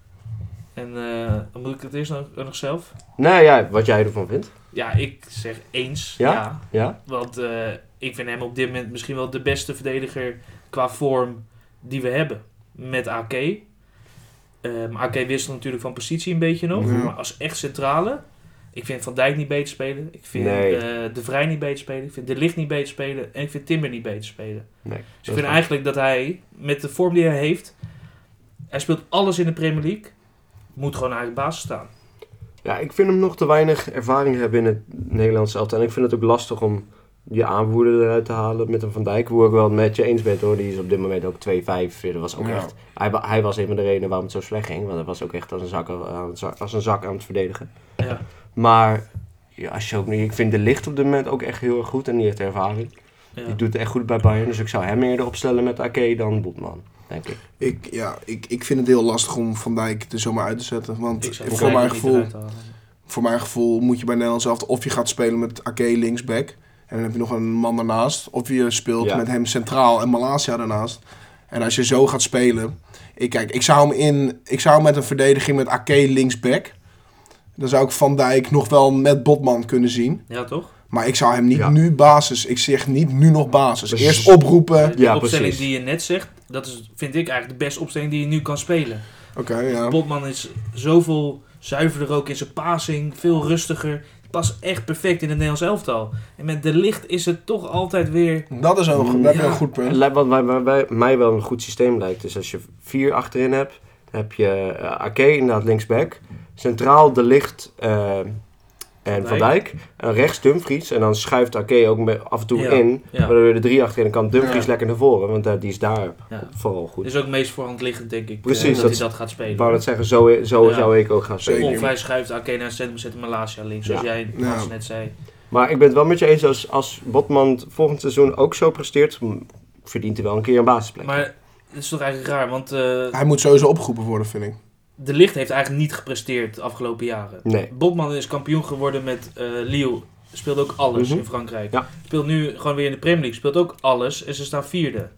A: En eh, dan moet ik het eerst nog, nog zelf?
B: Nou ja, wat jij ervan vindt.
A: Ja, ik zeg eens.
B: Ja?
A: Ja.
B: Ja?
A: want eh, ik vind hem op dit moment misschien wel de beste verdediger qua vorm die we hebben. Met AK. Ehm AK wisselt natuurlijk van positie een beetje nog.
C: Ja.
A: Maar als echt centrale. Ik vind Van Dijk niet beter spelen. Ik vind
B: Nee.
A: eh, De Vrij niet beter spelen. Ik vind De Licht niet beter spelen. En ik vind Timber niet beter spelen.
B: Nee.
A: Dus ik vind eigenlijk dat hij, met de vorm die hij heeft, hij speelt alles in de Premier League, moet gewoon eigenlijk basis staan.
B: Ja, ik vind hem nog te weinig ervaring hebben in het Nederlands elftal. En ik vind het ook lastig om je aanvoerder eruit te halen met een Van Dijk. Hoe ik wel met je eens ben hoor. Die is op dit moment ook 2-5. Dat was ook
C: Ja.
B: echt... Hij, wa- hij was een van de redenen waarom het zo slecht ging. Want hij was ook echt als een zak aan het, za- als een zak aan het verdedigen.
A: Ja.
B: Maar ja, als je ook, nu- ik vind de licht op dit moment ook echt heel erg goed. En die heeft ervaring.
A: Ja.
B: Die doet het echt goed bij Bayern. Dus ik zou hem eerder opstellen met Ake dan Boetman. Denk ik.
C: Ik, ja, ik, ik vind het heel lastig om Van Dijk er zomaar uit te zetten. Want
A: Ik zou
B: Voor
A: Van Dijk
C: voor mijn,
A: niet
C: gevoel,
A: eruit halen.
C: voor mijn gevoel moet je bij Nederland zelf... of je gaat spelen met Ake linksback... en dan heb je nog een man daarnaast... of je speelt
B: Ja.
C: met hem centraal en Malasia daarnaast. En als je zo gaat spelen... Ik, kijk, ik zou hem in... Ik zou hem met een verdediging met Ake linksback... dan zou ik Van Dijk nog wel met Botman kunnen zien...
A: Ja, toch?
C: Maar ik zou hem niet
B: Ja.
C: nu basis. Ik zeg niet nu nog basis.
B: Precies.
C: Eerst oproepen.
A: de
B: ja,
A: opstelling
B: precies.
A: die je net zegt, dat is, vind ik eigenlijk de beste opstelling die je nu kan spelen.
C: Oké, ja.
A: Botman is zoveel zuiverder ook in zijn passing, veel rustiger. past echt perfect in het Nederlands elftal. En met De Licht is het toch altijd weer...
C: Dat is een,
B: Mm,
C: dat is
A: ja.
C: een goed punt.
B: Wat mij, mij- mij- mij wel een goed systeem lijkt, is als je vier achterin hebt, dan heb je eh, Ake inderdaad linksback, centraal De Licht eh, en Van
A: Van
B: Dijk, en rechts Dumfries en dan schuift Ake ook met, af en toe
A: Ja,
B: in,
A: ja.
B: waardoor je de drie achterin en kan Dumfries
C: Ja.
B: lekker naar voren, want eh, die is daar
A: Ja.
B: vooral goed.
A: Is ook meest voorhand liggend, denk ik.
B: Precies,
A: eh, dat,
B: dat-
A: hij dat gaat spelen.
B: ik wou net zeggen, zo, zo
A: Ja.
B: zou ik ook gaan spelen.
C: Zeker.
A: Of hij schuift Oké naar het centrum, zet Malasia links, zoals jij
C: Ja.
A: Hans net zei.
B: Maar ik ben het wel met je eens, als, als Botman volgend seizoen ook zo presteert, m- verdient hij wel een keer een basisplek.
A: Maar het is toch eigenlijk raar, want eh,
C: Hij moet sowieso opgeroepen worden, vind ik.
A: De Licht heeft eigenlijk niet gepresteerd de afgelopen jaren.
B: Nee.
A: Botman is kampioen geworden met eh Lille. Speelt ook alles
B: Mhm.
A: in Frankrijk.
B: Ja.
A: Speelt nu gewoon weer in de Premier League. Speelt ook alles en ze staan vierde.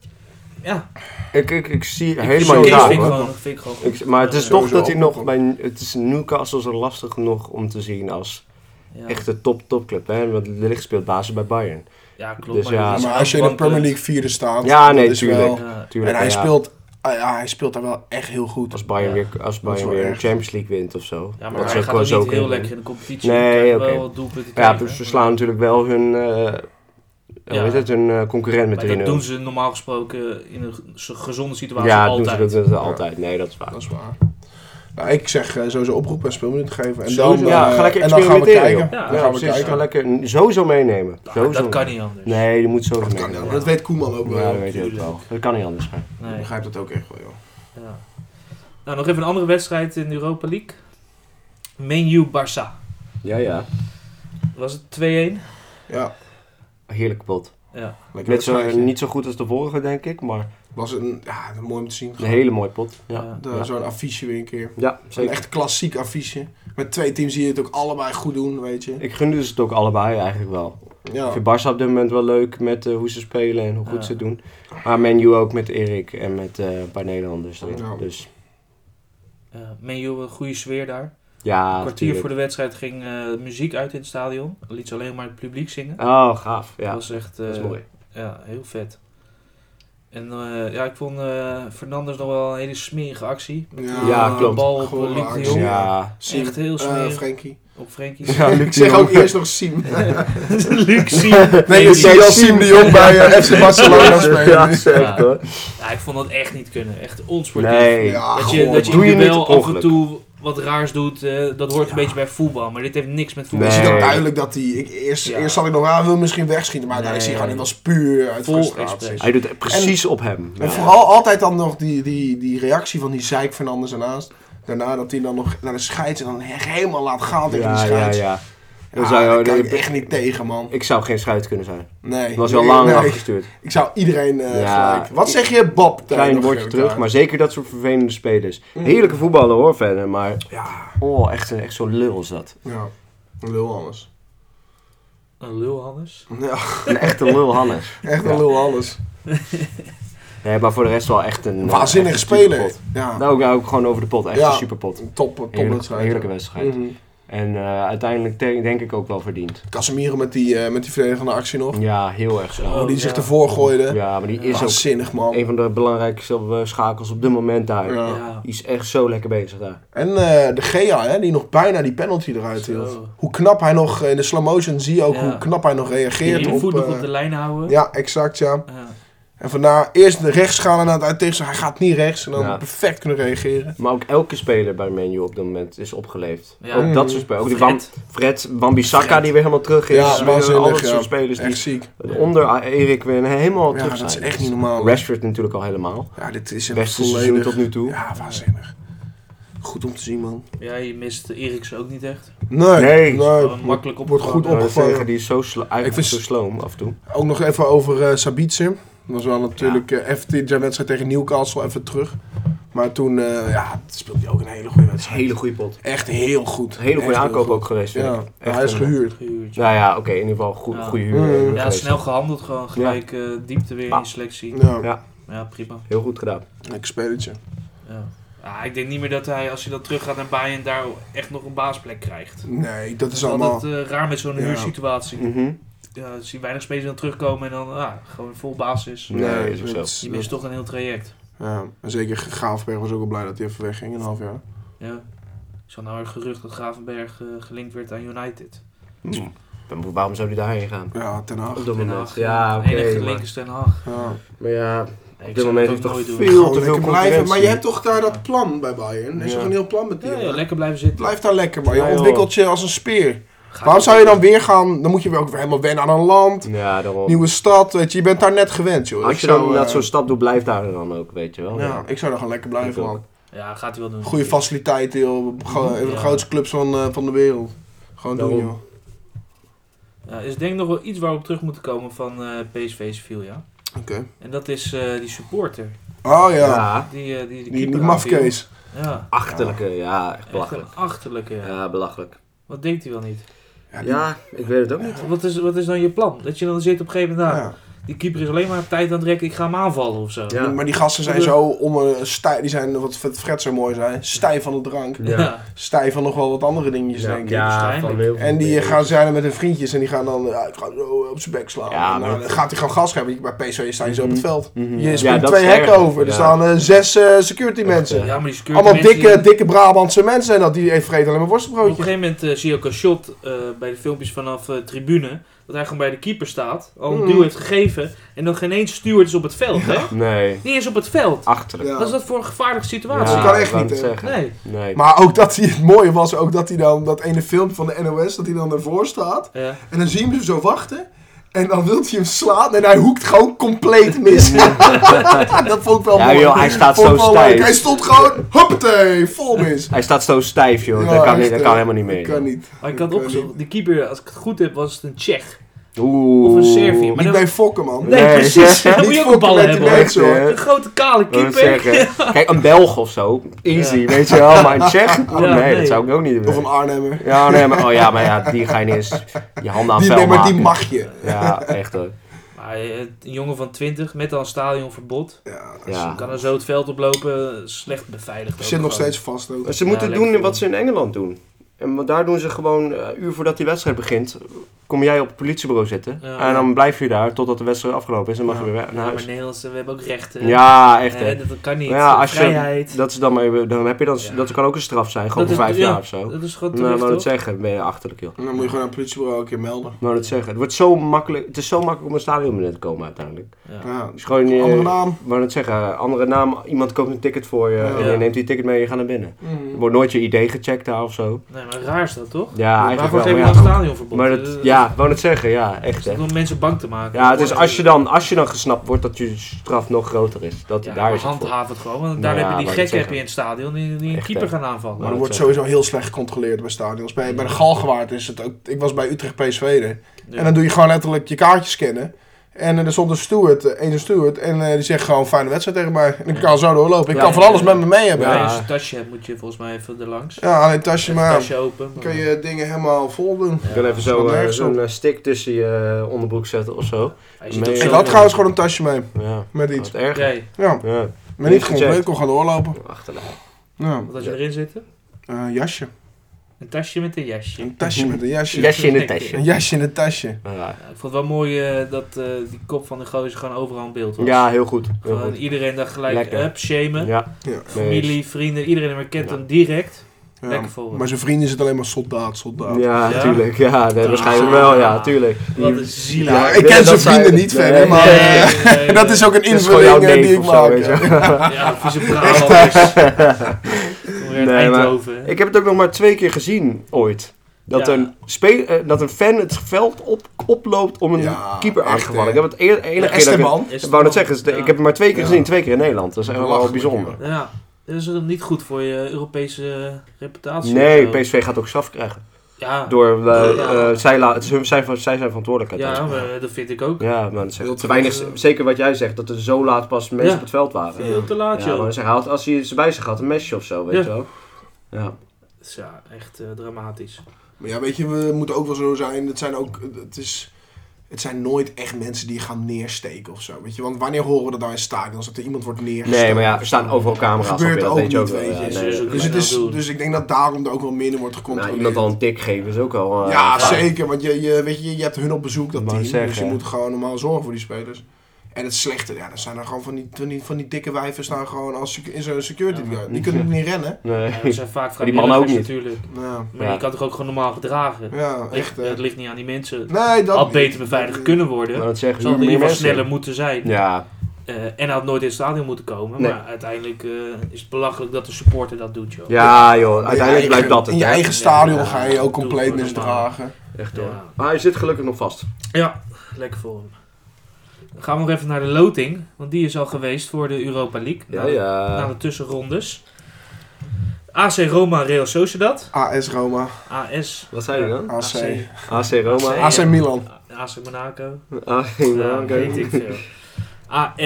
A: Ja,
B: Ik, ik, ik zie
A: ik-
B: helemaal
A: zoiets
B: niet
A: vind
B: raar.
A: ik
B: hoor.
A: gewoon, vind ik gewoon goed.
B: Ik, maar het is
A: Eh,
B: toch
C: Sowieso
B: dat hij nog bij...
C: opgeroepen.
B: Het is Newcastle zo lastig nog om te zien als
A: ja.
B: echte top topclub. Hè? Want Lillich speelt basis bij Bayern.
A: Ja, klopt.
B: Dus ja.
A: dat is
C: maar
A: ook
C: als je in de
A: want,
C: Premier
A: eh,
C: League vierde staat...
B: Ja,
C: dat
B: nee,
C: is wel-
B: tuurlijk.
A: ja,
B: Tuurlijk,
C: en hij,
B: ja,
C: speelt, ah, ja, hij speelt daar wel echt heel goed.
B: Als
A: Ja.
B: Bayern, weer, als
C: Dat is
B: Bayern
C: wel
B: weer een
C: erg.
B: Champions League wint of zo.
A: ja,
B: Dat
A: maar
B: is
A: hij
B: ook
A: gaat
B: wel
A: ook
B: zo
A: niet heel
B: kunnen.
A: lekker in de competitie.
B: Nee,
A: Hij krijgt
B: oké.
A: wel wat doelpunten
B: Ja,
A: tegen,
B: dus ze
A: maar-
B: slaan natuurlijk wel hun, eh
A: Ja.
B: hoe heet het, hun eh, concurrent
A: Maar dat
B: met 3-0.
A: doen ze normaal gesproken in een ge- gezonde situatie
B: ja, dat doen
A: altijd.
B: ze dat, dat altijd. Nee, dat is waar.
C: Dat is waar. Nou, ik zeg eh, sowieso oproepen en speelminuten geven. En dan,
B: Sowieso. ja,
C: eh,
B: ga lekker
C: en dan gaan we
B: experimenteren.
C: kijken.
B: joh.
A: Ja,
B: Ja,
C: dan gaan we
B: precies.
C: kijken.
B: Ga lekker sowieso meenemen.
A: Ah,
B: Sowieso.
A: dat kan niet anders.
B: Nee, je moet sowieso
C: Dat kan
B: meenemen.
C: wel. Dat weet Koeman ook eh, wel.
B: Ja, dat
C: ik
B: weet je ook wel. Dat kan niet anders. Hè.
A: Nee.
C: begrijp dat ook echt wel, joh.
A: Ja. Nou, nog even een andere wedstrijd in de Europa League. Menu Barça.
B: Ja, ja.
A: Was het 2-1?
C: Ja,
B: Heerlijk pot.
A: Ja.
C: lekker
B: Net zo,
C: wedstrijdje.
B: niet zo goed als de vorige, denk ik, maar
C: Was een, ja, mooi om te zien.
B: een hele mooie pot. Ja,
A: Ja.
C: De-
B: ja.
C: Zo'n affiche weer een keer.
B: Ja,
C: Zo'n
B: zeker.
C: echt klassiek affiche. Met twee teams die het ook allebei goed doen, weet je.
B: Ik gun dus het ook allebei eigenlijk wel. Ik
C: Ja,
B: vind Barca op dit moment wel leuk met eh, hoe ze spelen en hoe goed
A: Ja.
B: ze het doen. Maar Menu ook met Erik en met eh, een paar Nederlanders. erin.
C: Ja.
B: Dus
A: Eh Menu, een goede sfeer daar.
B: ja,
A: Een kwartier
B: tuurlijk.
A: voor de wedstrijd ging eh, muziek uit in het stadion. Liet ze alleen maar het publiek zingen.
B: Oh, gaaf. Ja,
A: Dat
B: dat
A: was echt
B: is
A: eh,
B: mooi.
A: Ja, heel vet. En eh, ja, ik vond eh Fernandes nog wel een hele smerige actie. eh,
C: Ja,
B: Ja, klopt.
A: bal op
C: Gewoon
A: Luc de
C: actie.
A: Jong.
B: Ja.
C: Sim,
A: Echt heel
C: eh,
A: smerig.
C: Frenkie.
A: Op Frenkie.
B: Ja, Luc
C: Ik
B: de
C: zeg
B: Jong.
C: ook eerst nog Siem.
A: Luxie.
C: Nee, ik zie al Siem de Jong bij eh, FC Barcelona spelen.
B: Ja, zeker
A: Ja.
B: hoor.
A: Ja, ik vond dat echt niet kunnen. Echt onsportief.
B: Nee.
C: Ja,
A: Dat je,
C: gewoon.
A: dat je
B: Doe
A: in
B: je niet
A: duel
B: per
A: af en
B: ongeluk.
A: toe wat raars doet, eh, dat hoort een beetje bij voetbal. Maar dit heeft niks met voetbal
C: Je
A: te
C: ziet
B: Nee.
C: ook duidelijk dat hij... ik- Eerst,
A: Ja.
C: eerst zat ik nog aan, wil misschien wegschieten. Maar daar is hij
A: Nee.
C: gewoon... Dit was puur uit
A: Vol
C: frustratie.
A: expres.
B: Hij doet het precies op hem.
C: En
B: Ja.
C: vooral altijd dan nog die, die, die reactie van die zeik Fernandes ernaast. Daarna dat hij dan nog naar de scheids en dan he- helemaal laat gaan tegen
B: Ja,
C: die
B: ja,
C: scheids. Ja,
B: ja. Dan zou je-
C: daar kan
B: dan-
C: ik echt niet tegen, man.
B: Ik zou geen schuit kunnen zijn.
C: Nee.
B: Ik was al
C: nee,
B: lang
C: nee.
B: afgestuurd.
C: Ik zou iedereen eh,
B: Ja.
C: gelijk... Wat zeg je, Bob?
B: Klein
C: tijdens
B: woordje
C: de
B: terug,
C: elkaar?
B: maar zeker dat soort vervelende spelers.
C: Mm.
B: Heerlijke voetballer hoor verder, maar
C: Ja,
B: oh, echt, een- echt zo'n lul is dat.
C: ja. Een lul alles.
A: Een lul, Hannes.
C: Ja,
B: Een echte lul Hannes.
C: echt
B: Ja.
C: een lul alles.
B: Nee, maar voor de rest wel echt een... eh,
C: Waanzinnig
B: Nou, echt een superpot.
C: speler. Ja,
B: Nou, ook- nou, ook gewoon over de pot. Echt
C: Ja.
B: een superpot.
C: top, top
B: Heerlijk,
C: wedstrijd.
B: heerlijke wedstrijd.
C: Mhm.
B: En eh, uiteindelijk te- denk ik ook wel verdiend.
C: Casemiro met die, eh, met die verdedigende actie nog.
B: Ja, heel erg snel.
A: Oh,
C: Oh, die
A: ja.
C: zich ervoor gooide.
B: Ja, maar die is ook
C: Waanzinnig, man.
B: een van de belangrijkste eh, schakels op dit moment daar.
C: Ja.
A: Ja.
B: Die is echt zo lekker bezig daar.
C: En eh, de Gea, hè, die nog bijna die penalty eruit
A: Zo.
C: hield. Hoe knap hij nog, eh, in de slow motion zie je ook
A: Ja.
C: hoe knap hij nog
A: Die
C: reageert
A: hele
C: op...
A: voet nog
C: eh,
A: op de lijn houden. Eh,
C: ja, exact, ja.
A: Ja.
C: En vandaar eerst rechts gaan en dan uiteindelijk hij gaat niet rechts. En dan
B: Ja.
C: perfect kunnen reageren.
B: Maar ook elke speler bij Man U op dit moment is opgeleefd.
A: Ja.
B: Ook
C: Mm.
B: dat soort spelers. Ook die Wan-
A: Fred.
B: Fred, Wan-Bissaka
C: Fred.
B: die weer helemaal terug is.
C: Ja,
B: Ja,
C: waanzinnig,
B: al dat soort
C: ja.
B: spelers
C: echt
B: Dus die
C: ziek.
B: onder Erik weer helemaal
C: Ja,
B: terug zijn.
C: dat is echt niet normaal.
B: Rashford natuurlijk al helemaal.
C: Ja, dit is een
B: Beste seizoen
C: volledig...
B: tot nu toe.
C: Ja, waanzinnig. Goed om te zien, man.
A: Ja, je mist Eriksen ook niet echt.
C: Nee,
B: Nee.
C: nee.
A: Wel makkelijk op
C: wordt goed
B: Nou, dat
C: opgevangen.
B: zeggen, die is zo sla- eigenlijk
C: Ik vind-
B: zo sloom af en toe.
C: Ook nog even over eh Sabitzer. Dat was wel natuurlijk eh, even die- zijn wedstrijd tegen Newcastle even terug. Maar toen eh, ja, speelde hij ook een hele goede wedstrijd.
B: goede pot.
C: Echt heel goed.
B: Een hele goede
C: Echt heel
B: aankoop
C: goed.
B: ook geweest. vind
C: Ja,
B: ik. Echt
C: hij is
B: een-
C: gehuurd.
A: gehuurd.
B: Nou ja, oké, in ieder geval goed,
A: Ja.
B: goede huur.
C: Mm.
B: eh,
C: Ja, Ah.
A: Ja,
B: geweest.
A: snel gehandeld gewoon. Gelijk eh, diepte weer in
B: Ja.
A: je selectie.
C: Ja,
B: Ja.
A: Ja, prima.
B: Heel goed gedaan.
C: lekker spelletje.
A: Ja. Ah, ik denk niet meer dat hij, als hij dat terug gaat naar Bayern, daar echt nog een baasplek krijgt.
C: Nee, dat is
A: Dat is
C: allemaal...
A: altijd eh, raar met zo'n
C: Ja.
A: huursituatie.
B: Mhm.
A: ja, dan zie je weinig spelers dan terugkomen en dan ah, gewoon vol basis.
B: Nee, is ook zo.
C: dat is-
A: Je mist toch een heel traject.
C: Ja, en zeker Graafberg was ook wel blij dat hij even wegging, een half jaar.
A: Ja. Ik zag nou een gerucht dat Gravenberg eh, gelinkt werd aan United.
B: Hm. Waarom zou hij daarheen gaan?
C: Ja, ten Hag.
B: Op dat
A: Ten
B: moment.
A: Hag,
B: Ja, oké.
A: eh, Enige
B: maar,
A: link is Ten Hag.
C: Ja.
B: maar ja,
A: Ik
B: op dit
A: zou
B: moment
A: dat
B: heeft hij
A: nooit
B: toch
A: doen.
B: veel
C: Gewoon
B: te veel
C: lekker blijven. Maar je hebt
B: concurrentie.
C: toch daar dat plan bij Bayern? Er is
B: Ja.
C: toch een heel plan met die?
A: Ja,
C: jongen?
A: joh, lekker blijven zitten.
C: Blijf daar lekker, maar
B: Ja,
C: je
B: joh.
C: ontwikkelt je als een speer.
A: Gaat
C: Waarom
A: niet.
C: zou je dan weer gaan? Dan moet je weer ook weer helemaal wennen aan een land,
B: Ja, daarom.
C: nieuwe stad. Weet je, je bent daar net gewend, joh.
B: Als
C: Ik
B: je dan
C: zou,
B: inderdaad
C: eh,
B: zo'n stap doet, blijf daar dan ook, weet je wel.
C: Ja, ik zou daar gewoon lekker blijven,
B: Oh, Ik ook.
C: man.
A: Ja, gaat hij wel doen.
C: Goede faciliteiten, joh. Gewoon Een van de
A: Ja.
C: grootste clubs van, eh, van de wereld. Gewoon doen,
B: Daarom.
C: joh.
A: Ja, is denk ik nog wel iets waar we op terug moeten komen van eh PSV Sevilla.
C: Oké.
A: En dat is eh, die supporter.
C: Oh ja,
A: Die, eh, die de
C: die,
A: keeper
C: die
A: aanviel.
C: mafkees.
A: Ja,
B: Achterlijke, ja, echt
A: echt een
B: belachelijk.
A: achterlijke. ja.
B: Ja, belachelijk.
A: Wat denkt hij wel niet?
C: Ja, die-
B: Ja, ik weet het ook niet.
A: Wat is, wat is dan je plan? Dat je dan zit op een gegeven moment, nou,
C: ja.
A: die keeper is alleen maar tijd aan het rekken, ik ga hem aanvallen of zo.
B: Ja.
C: Maar die gasten zijn zo om een stijf, die zijn, wat Fred zo mooi zei, stijf van de drank.
B: Ja.
C: Stijf van nog wel wat andere dingetjes,
B: Ja,
C: denk ik.
B: ja, van heel veel
C: En die eh,
B: dingen.
C: gaan zijn met hun vriendjes en die gaan dan, ja, ik ga zo eh, op zijn bek slaan.
B: Ja,
C: en,
B: maar
C: dan
B: dat-
C: gaat hij gewoon gas geven. Bij PSV sta je zo op het
B: Mhm.
C: veld.
B: Mhm.
C: Je
B: Ja,
C: springt
B: dat
C: twee
B: is
C: hekken
B: erg,
C: over. Er
B: ja.
C: staan eh, zes eh, security mensen.
B: ja.
A: Ja, maar die security
C: Allemaal
A: mensen
C: dikke,
A: die-
C: dikke Brabantse mensen zijn dat. Die vreten alleen maar
A: Op een
C: worstenbroodjes.
A: gegeven moment eh, zie je ook een shot eh, bij de filmpjes vanaf eh, tribune. Dat hij gewoon bij de keeper staat, al een
C: Mm.
A: duw heeft gegeven. En dan geen eens steward is op het veld, hè?
B: Nee,
A: Niet eens op het veld.
B: achterlijk.
C: Ja.
A: Wat is dat voor een gevaarlijke situatie?
C: dat kan echt niet, hè.
B: zeggen.
A: Nee.
B: Nee.
C: Maar ook dat hij, het mooie was ook dat hij dan, dat ene filmpje van de NOS, dat hij dan ervoor staat.
A: Ja.
C: En dan zien we hem zo wachten. En dan wilt hij hem slaan en hij hoekt gewoon compleet mis. dat vond ik wel
B: Ja,
C: mooi.
B: joh, hij staat
C: Vond ik
B: zo
C: wel leuk.
B: stijf.
C: Hij stond gewoon, huppatee, vol mis.
B: Hij staat zo stijf, joh.
C: Ja,
B: dat kan,
C: echt,
B: niet, dat
C: eh,
B: kan helemaal niet meer.
C: Ik kan niet.
A: Maar ik
C: Dat
A: had
C: kan
A: opgezocht,
C: niet.
A: die keeper, als ik het goed heb, was het een Tsjech.
B: Oeh.
A: Of een Servië, maar-
C: Niet bij fokken, man.
A: Nee,
B: Nee.
A: precies. Dan
C: Niet
A: moet je ook een
C: fokken
A: bal
C: met
A: hebben.
C: die
A: hoor.
C: mensen, hoor.
A: Een grote kale
B: Ik wil
A: keeper.
B: zeggen. Kijk, een Belg of zo. Easy,
A: Ja.
B: weet je wel. Maar een Tsjech? Oh,
A: Ja,
B: nee,
A: nee.
B: dat zou ik ook niet
C: Of een
B: doen.
C: Arnhemmer.
B: Ja, nee, maar, oh, ja, maar ja, die ga je niet eens je handen aan
C: Die,
B: vuil
C: nee, maar
B: maken.
C: die mag je.
B: Ja, echt hoor.
A: Maar eh, een jongen van 20 met al een stadionverbod.
C: Ja, dat
B: Ja.
A: Kan er zo het veld oplopen, slecht beveiligd. ook
C: zit nog
A: gewoon.
C: steeds vast ook.
B: Ze
A: Ja,
B: moeten
A: lekker
B: doen
A: voor
B: wat ze in Engeland doen. En want daar doen ze gewoon, eh, uur voordat die wedstrijd begint, kom jij op het politiebureau zitten.
A: Ja.
B: En dan blijf je daar totdat de wedstrijd afgelopen is en dan mag je
C: Ja.
B: weer naar
A: Ja, maar
B: huis.
A: Nederlandse, we hebben ook rechten.
B: Ja, echt
A: Eh,
B: hè.
A: dat kan niet.
B: Maar ja, als je-
A: Vrijheid.
B: Dat, is dan, maar even- dan heb je dan,
A: Ja.
B: dat kan ook een straf zijn, gewoon
A: Dat
B: voor
A: is-
B: vijf
A: ja.
B: jaar of zo.
A: Dat is gewoon
B: Nou,
A: terecht,
B: maar
A: toch?
B: dat zeggen, ben je achterlijk joh.
C: En dan moet je gewoon aan het politiebureau een keer melden.
B: Maar dat zeggen. Het, wordt zo makkelijk, het is zo makkelijk om een stadion binnen te komen uiteindelijk.
A: Ja.
C: Ja.
B: Het is gewoon, eh,
C: Andere naam.
B: maar dat zeggen, andere naam, iemand koopt een ticket voor je
C: Ja.
B: en je neemt die ticket mee en je gaat naar binnen.
A: Mm.
B: Er wordt nooit je idee gecheckt daar of zo.
A: Nee, maar raar is dat toch?
B: Ja, eigenlijk
A: Waarvoor
B: wel.
A: geven
B: maar
A: we
B: ja.
A: dan stadionverbod?
B: Maar
A: Eh,
B: dat, ja, ik wou het zeggen, ja, echt hè.
A: dat is Om mensen bang te maken.
B: Ja, het is als je dan, als je dan gesnapt wordt dat je straf nog groter is. Dat
A: Ja,
B: daar
A: maar
B: is het voor.
A: handhaaf het gewoon, want
B: Nou
A: daar
B: ja,
A: hebben die
B: wou ik
A: gekken heb je
B: zeggen.
A: in het stadion die, die een
B: Echt,
A: keeper
B: hè.
A: gaan aanvallen. Dus
B: Maar
C: Maar er
B: dat
C: wordt
B: zeg-
C: sowieso heel slecht gecontroleerd bij stadions. Bij, bij de Galgenwaard is het ook... Ik was bij Utrecht PSV er.
A: Ja.
C: En dan doe je gewoon letterlijk je kaartje scannen. En eh, er stond een steward, eh, eens een steward. En eh, die zegt gewoon fijne wedstrijd tegen mij. En ik kan zo doorlopen. Ik
B: Ja,
C: kan van
A: ja,
C: alles
A: ja.
C: met me mee hebben.
A: Als je
B: Ja.
C: Ja,
A: eens een tasje hebt, moet je volgens mij even erlangs.
C: alleen tasje
A: Even
C: maar.
A: tasje open.
C: Dan kun je dingen helemaal vol doen.
A: Ja.
B: Ik wil even
C: Slaat
B: zo eh,
C: nergens
B: zo'n
C: op.
B: eh, stick tussen je eh, onderbroek zetten of zo.
A: Hij zit ook
B: Ik
A: zo-
C: Ik had trouwens gewoon een tasje mee.
B: Ja,
C: Met iets.
B: wat erg. Ja.
A: Jij,
C: Ja, maar niet
B: Niet
C: gewoon. Ik
B: gecheckt.
C: kon gaan doorlopen.
B: Achterlijk.
C: Ja. Eh,
A: wat had je erin zitten?
C: Een jasje.
A: Een tasje met een jasje.
C: Een tasje met een jasje.
B: Jasje in het tasje.
C: Een jasje in een tasje.
B: Ja,
A: Ja, ik vond het wel mooi eh, dat eh, die kop van de gozer gewoon overal in beeld was.
B: Ja, heel goed. Heel
A: Gewoon
B: goed.
A: iedereen daar gelijk
B: Lekker.
A: up, shamen.
B: Ja,
C: Ja.
A: Familie, vrienden, iedereen die maar kent
B: Ja.
A: hem direct.
C: Ja,
A: Lekker voor.
C: Maar zijn vrienden zitten alleen maar soldaat, soldaat.
B: Ja,
A: Ja?
B: tuurlijk. Ja, dat
A: Ah.
B: waarschijnlijk wel. Ja, tuurlijk.
A: Wat een
B: Die-
A: zielig.
C: Ja,
B: ik
C: ik
B: weet
C: ken
B: dat
C: zijn
B: zij-
C: vrienden niet
B: Nee,
C: verder, maar...
B: nee,
C: eh, dat is ook een
B: Het is gewoon jouw
C: invulling eh, die
B: neef
C: ik
B: of zo,
C: maak.
B: weet je
C: ja.
B: wel.
A: Ja, vieze Brabant.
B: Nee,
A: Nee,
B: maar-
A: Eindhoven.
B: Ik heb het ook nog maar twee keer gezien ooit. Dat,
A: Ja.
B: een, spe- eh, dat een fan het veld op, oploopt om een
C: Ja,
B: keeper
C: echt,
B: aan te vallen. Ik
C: hè.
B: heb het e- enige keer dat ik,
C: Esteban.
A: Is
B: ik
A: het
B: wou
A: wel-
B: net zeggen, is de-
A: ja.
B: ik heb het maar twee keer
C: Ja.
B: gezien, twee keer in Nederland. Dat is echt wel
C: Belachelijk,
B: bijzonder.
A: Ja, dat is dan niet goed voor je Europese reputatie.
B: Nee,
A: of zo.
B: PSV gaat ook straf krijgen.
A: Ja,
B: Door, eh,
A: Ja.
B: eh, zij, la- het is hun, zij, zij zijn verantwoordelijkheid.
A: ja
B: Ja,
A: maar dat vind ik ook.
B: ja maar dat is echt
C: Heel
B: te weinig,
C: terug, eh.
B: zeker wat jij zegt, dat er zo laat pas mensen
A: Ja.
B: op het veld waren.
A: Veel te laat,
B: Ja,
A: joh.
B: maar dan zeg, hij had- als hij ze bij zich had, een mesje of zo, weet
A: Ja.
B: je wel. Ja.
A: Dat is, Ja, echt eh, dramatisch.
C: Maar ja, weet je, we moeten ook wel zo zijn. Het zijn ook... Het is... Het zijn nooit echt mensen die je gaan neersteken of zo. Weet je? Want wanneer horen we dat nou in stadions? Dat er iemand wordt neergestoken.
B: Nee, maar ja, er staan overal camera's op.
C: Gebeurt
B: je, dat
C: ook
B: weet je ook
C: niet,
B: wel.
C: weet je.
B: Ja,
A: Dus
B: nee,
A: er is ook
B: dat-
C: Dus, het is,
A: Doen.
C: dus ik denk dat daarom er ook wel minder wordt
B: Nou,
C: gecontroleerd.
B: iemand al een tik geven is ook al. eh,
C: ja,
B: fout.
C: zeker. Want je, je, weet je, je hebt hun op bezoek, dat
B: Wou
C: team.
B: zeggen,
C: dus je
B: hè.
C: moet gewoon normaal zorgen voor die spelers. En het slechte, ja, dat zijn dan gewoon van die, van die, van die dikke wijven staan gewoon als, secu- in zo'n security
A: Ja.
C: guard. Die kunnen niet rennen.
B: Nee.
A: Ja, dat zijn vaak
B: Maar die mannen ook
A: vrijwilligers natuurlijk.
C: Ja,
A: Maar
B: Ja.
A: je kan toch ook gewoon normaal gedragen?
C: ja
A: Ligt-
C: echt.
A: het
C: eh
A: ligt niet aan die mensen. Het
C: nee, dat
A: had
C: niet.
A: beter beveiligd kunnen worden.
B: Maar dat zeggen
A: Ze hadden in
B: meer
A: ieder geval
B: mensen.
A: sneller moeten zijn.
B: Ja,
A: Eh, en had nooit in het stadion moeten komen.
B: Nee.
A: Maar uiteindelijk eh, is het belachelijk dat de supporter dat doet, joh.
B: ja joh,
C: In je
B: uiteindelijk
C: eigen-
B: blijft dat het.
C: In je
B: hè?
C: eigen
A: Ja,
C: stadion
B: ja.
C: ga je ook
A: Doe
C: compleet
A: gewoon normaal.
C: misdragen.
B: Echt
A: Ja.
B: hoor. Maar hij zit gelukkig nog vast.
A: Ja, lekker voor hem. Dan gaan we nog even naar de loting. Want die is al geweest voor de Europa League.
B: Ja,
A: na, de- na
B: ja.
A: de tussenrondes. AC Roma, Real Sociedad.
C: AS Roma,
A: AS.
B: Wat zei je dan?
C: AC,
B: AC Roma.
A: AC.
C: AC Milan.
A: AC Monaco.
B: AC
A: Ja,
B: Roma.
A: weet ik
B: oké.
A: veel.